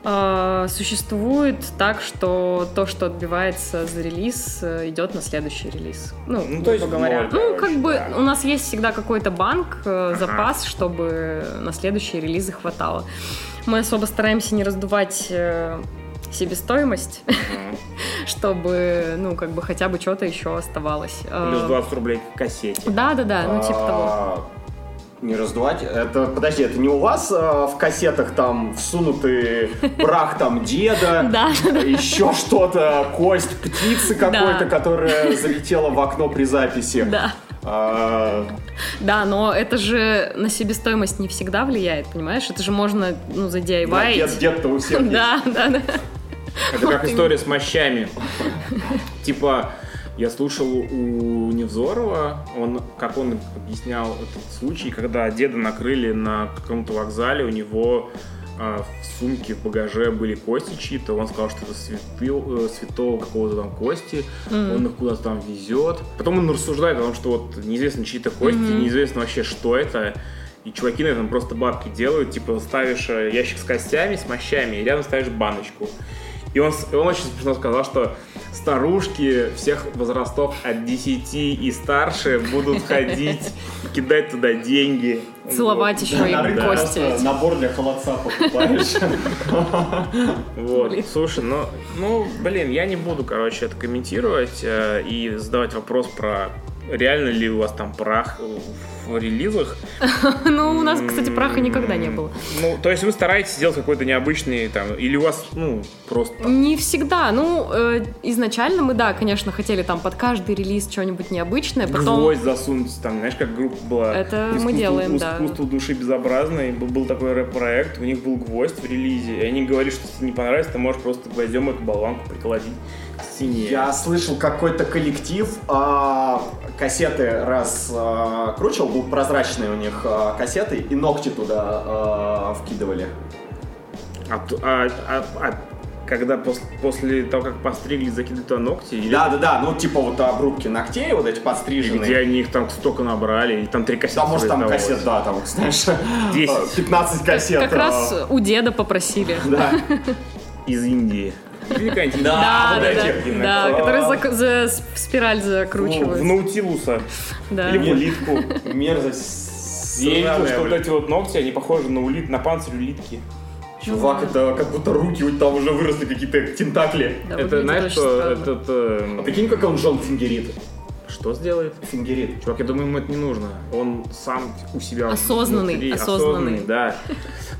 [SPEAKER 3] А, Существует так, что то, что отбивается за релиз, э, идет на следующий релиз. Ну,
[SPEAKER 1] Ну, то
[SPEAKER 3] грубо
[SPEAKER 1] есть в
[SPEAKER 3] говоря.
[SPEAKER 1] ноль,
[SPEAKER 3] ну,
[SPEAKER 1] короче,
[SPEAKER 3] как бы
[SPEAKER 1] да.
[SPEAKER 3] у нас есть всегда какой-то банк, э,
[SPEAKER 1] Ага.
[SPEAKER 3] запас, чтобы на следующие релизы хватало. Мы особо стараемся не раздувать э, себестоимость, чтобы, ну, как бы хотя бы что-то еще оставалось. Э,
[SPEAKER 1] Плюс 20 рублей к кассете.
[SPEAKER 3] Да, да, да, ну типа того.
[SPEAKER 2] А, Не раздувать. Это, подожди, это не у вас а, в кассетах там
[SPEAKER 3] (laughs)
[SPEAKER 2] всунуты прах там
[SPEAKER 1] А.
[SPEAKER 2] деда,
[SPEAKER 3] Да, (laughs)
[SPEAKER 2] еще что-то, кость птицы какой-то,
[SPEAKER 3] Да.
[SPEAKER 2] которая залетела в окно при записи.
[SPEAKER 3] да.
[SPEAKER 2] А,
[SPEAKER 3] Да, но это же на себестоимость не всегда влияет, понимаешь? Это же можно, ну, за DIY.
[SPEAKER 2] да, Дед, дед-то у всех есть.
[SPEAKER 3] (laughs) Да, да, да.
[SPEAKER 1] Это как
[SPEAKER 3] Вот
[SPEAKER 1] история с мощами. Типа, я слушал у Невзорова, он, как он объяснял этот случай, когда деда накрыли на каком-то вокзале, у него а, в сумке, в багаже были кости чьи-то, он сказал, что это святыл- э, святого какого-то там кости,
[SPEAKER 3] Мгм.
[SPEAKER 1] он их куда-то там везет. Потом он рассуждает о том, что вот неизвестно чьи-то кости,
[SPEAKER 3] Мгм.
[SPEAKER 1] неизвестно вообще, что это. И чуваки на этом просто бабки делают, типа ставишь э, ящик с костями, с мощами, и рядом ставишь баночку. И он, с- и он очень смешно сказал, что старушки всех возрастов от 10 и старше
[SPEAKER 3] (laughs)
[SPEAKER 1] будут ходить, кидать туда деньги.
[SPEAKER 3] Целовать
[SPEAKER 1] Вот.
[SPEAKER 3] еще
[SPEAKER 2] На
[SPEAKER 3] и
[SPEAKER 2] рынке
[SPEAKER 3] кости.
[SPEAKER 2] просто
[SPEAKER 3] эти.
[SPEAKER 2] Набор для холодца покупаешь.
[SPEAKER 1] Вот,
[SPEAKER 3] Блин.
[SPEAKER 1] слушай, ну, ну, блин, я не буду, короче, это комментировать э, и задавать вопрос про реально ли у вас там прах в- в релизах.
[SPEAKER 3] Ну, у нас, кстати, праха никогда не
[SPEAKER 1] М,
[SPEAKER 3] было.
[SPEAKER 1] Ну, то есть вы стараетесь делать какой-то необычный там, или у вас, ну, просто... там-
[SPEAKER 3] Не всегда. Ну, э, изначально мы, да, конечно, хотели там под каждый релиз что-нибудь необычное, потом...
[SPEAKER 1] Гвоздь засунуть, там, знаешь, как группа была.
[SPEAKER 3] Это мы делаем, да.
[SPEAKER 1] Искусство души безобразное, был, был такой рэп-проект, у них был гвоздь в релизе, и они говорили, что если тебе не понравится, ты можешь просто гвоздем эту болванку приколотить к стене.
[SPEAKER 2] Я слышал какой-то коллектив, а, кассеты раскручивал, был ну, прозрачные у них а, кассеты, и ногти туда а, вкидывали.
[SPEAKER 1] А, т- а- а- а когда пос- после того, как постригли, закидывают туда ногти? Или...
[SPEAKER 2] Да-да-да, ну типа вот обрубки ногтей, вот
[SPEAKER 1] Или
[SPEAKER 2] эти
[SPEAKER 1] где
[SPEAKER 2] подстриженные.
[SPEAKER 1] они их там столько набрали, и там три кассеты
[SPEAKER 2] Да, может там
[SPEAKER 1] раздавалось.
[SPEAKER 2] кассет, да, там, знаешь,
[SPEAKER 1] 10.
[SPEAKER 2] 15 кассет.
[SPEAKER 3] Как
[SPEAKER 2] а,
[SPEAKER 3] раз у
[SPEAKER 1] (laughs)
[SPEAKER 3] деда попросили.
[SPEAKER 2] Да.
[SPEAKER 1] Из Индии. Или какая-нибудь А,
[SPEAKER 2] Да,
[SPEAKER 3] Да,
[SPEAKER 1] вот
[SPEAKER 3] да, да,
[SPEAKER 1] эти,
[SPEAKER 3] да,
[SPEAKER 2] а.
[SPEAKER 3] которые зак- за с- в спираль
[SPEAKER 1] ну, в
[SPEAKER 3] закручивают.
[SPEAKER 1] Наутилуса.
[SPEAKER 3] Да.
[SPEAKER 1] Или в улитку.
[SPEAKER 2] Мерзость.
[SPEAKER 1] Я видел,
[SPEAKER 2] сраная,
[SPEAKER 1] что вот
[SPEAKER 2] блин.
[SPEAKER 1] эти вот ногти, они похожи на улит, на панцирь улитки.
[SPEAKER 2] Чувак, это как будто руки у- там уже выросли какие-то тентакли.
[SPEAKER 3] Да, выглядит очень странно.
[SPEAKER 1] этот... эм,
[SPEAKER 2] А прикинь, как он Джон Фингерит.
[SPEAKER 1] Что сделает?
[SPEAKER 2] Фингерит.
[SPEAKER 1] Чувак, я думаю, ему это не нужно. Он сам у себя
[SPEAKER 3] Осознанный,
[SPEAKER 1] внутри,
[SPEAKER 3] осознанный.
[SPEAKER 1] да.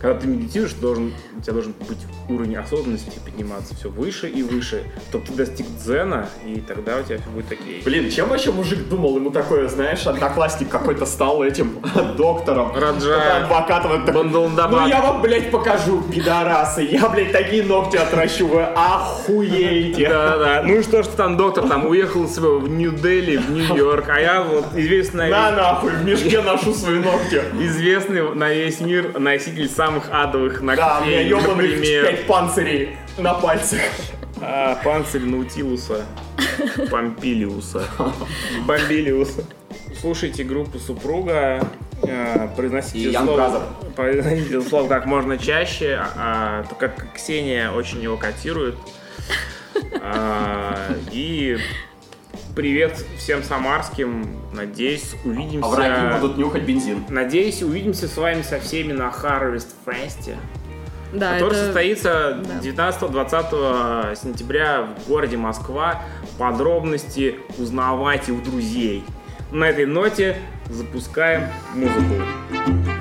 [SPEAKER 1] Когда ты медитируешь, ты должен, у тебя должен быть уровень осознанности типа, подниматься все выше и выше, чтобы ты достиг дзена, и тогда у тебя все будет окей.
[SPEAKER 2] Блин, чем вообще мужик думал? Ему такое, знаешь, одноклассник какой-то стал этим (laughs) доктором.
[SPEAKER 1] Раджа.
[SPEAKER 2] Адвокатом. Он такой, Ну я вам, блядь, покажу, пидорасы. Я, блядь, такие ногти отращу, вы охуеете.
[SPEAKER 1] Да, да. Ну и что, что там доктор там уехал с- в Нью-Дели, в Нью-Йорк, а я вот известный,
[SPEAKER 2] На нахуй, в мешке ношу свои ногти.
[SPEAKER 1] известный на весь мир носитель самых адовых ногтей,
[SPEAKER 2] Да, у меня ебаных
[SPEAKER 1] например.
[SPEAKER 2] пять панцирей на пальцах.
[SPEAKER 1] А, панцирь Наутилуса. Помпилиуса. Бомбилиуса. Слушайте группу супруга. э,
[SPEAKER 2] И
[SPEAKER 1] Произносите
[SPEAKER 2] Young
[SPEAKER 1] слово,
[SPEAKER 2] Brother.
[SPEAKER 1] произносите слово как можно чаще, а, а, то как Ксения очень его котирует. А, И привет всем самарским. Надеюсь, увидимся.
[SPEAKER 2] А враги будут нюхать бензин.
[SPEAKER 1] Надеюсь, увидимся с вами со всеми на Harvest Fest.
[SPEAKER 3] Да,
[SPEAKER 1] Который
[SPEAKER 3] это-
[SPEAKER 1] состоится
[SPEAKER 3] да.
[SPEAKER 1] 19-20 сентября в городе Москва. Подробности узнавайте у друзей. На этой ноте запускаем музыку.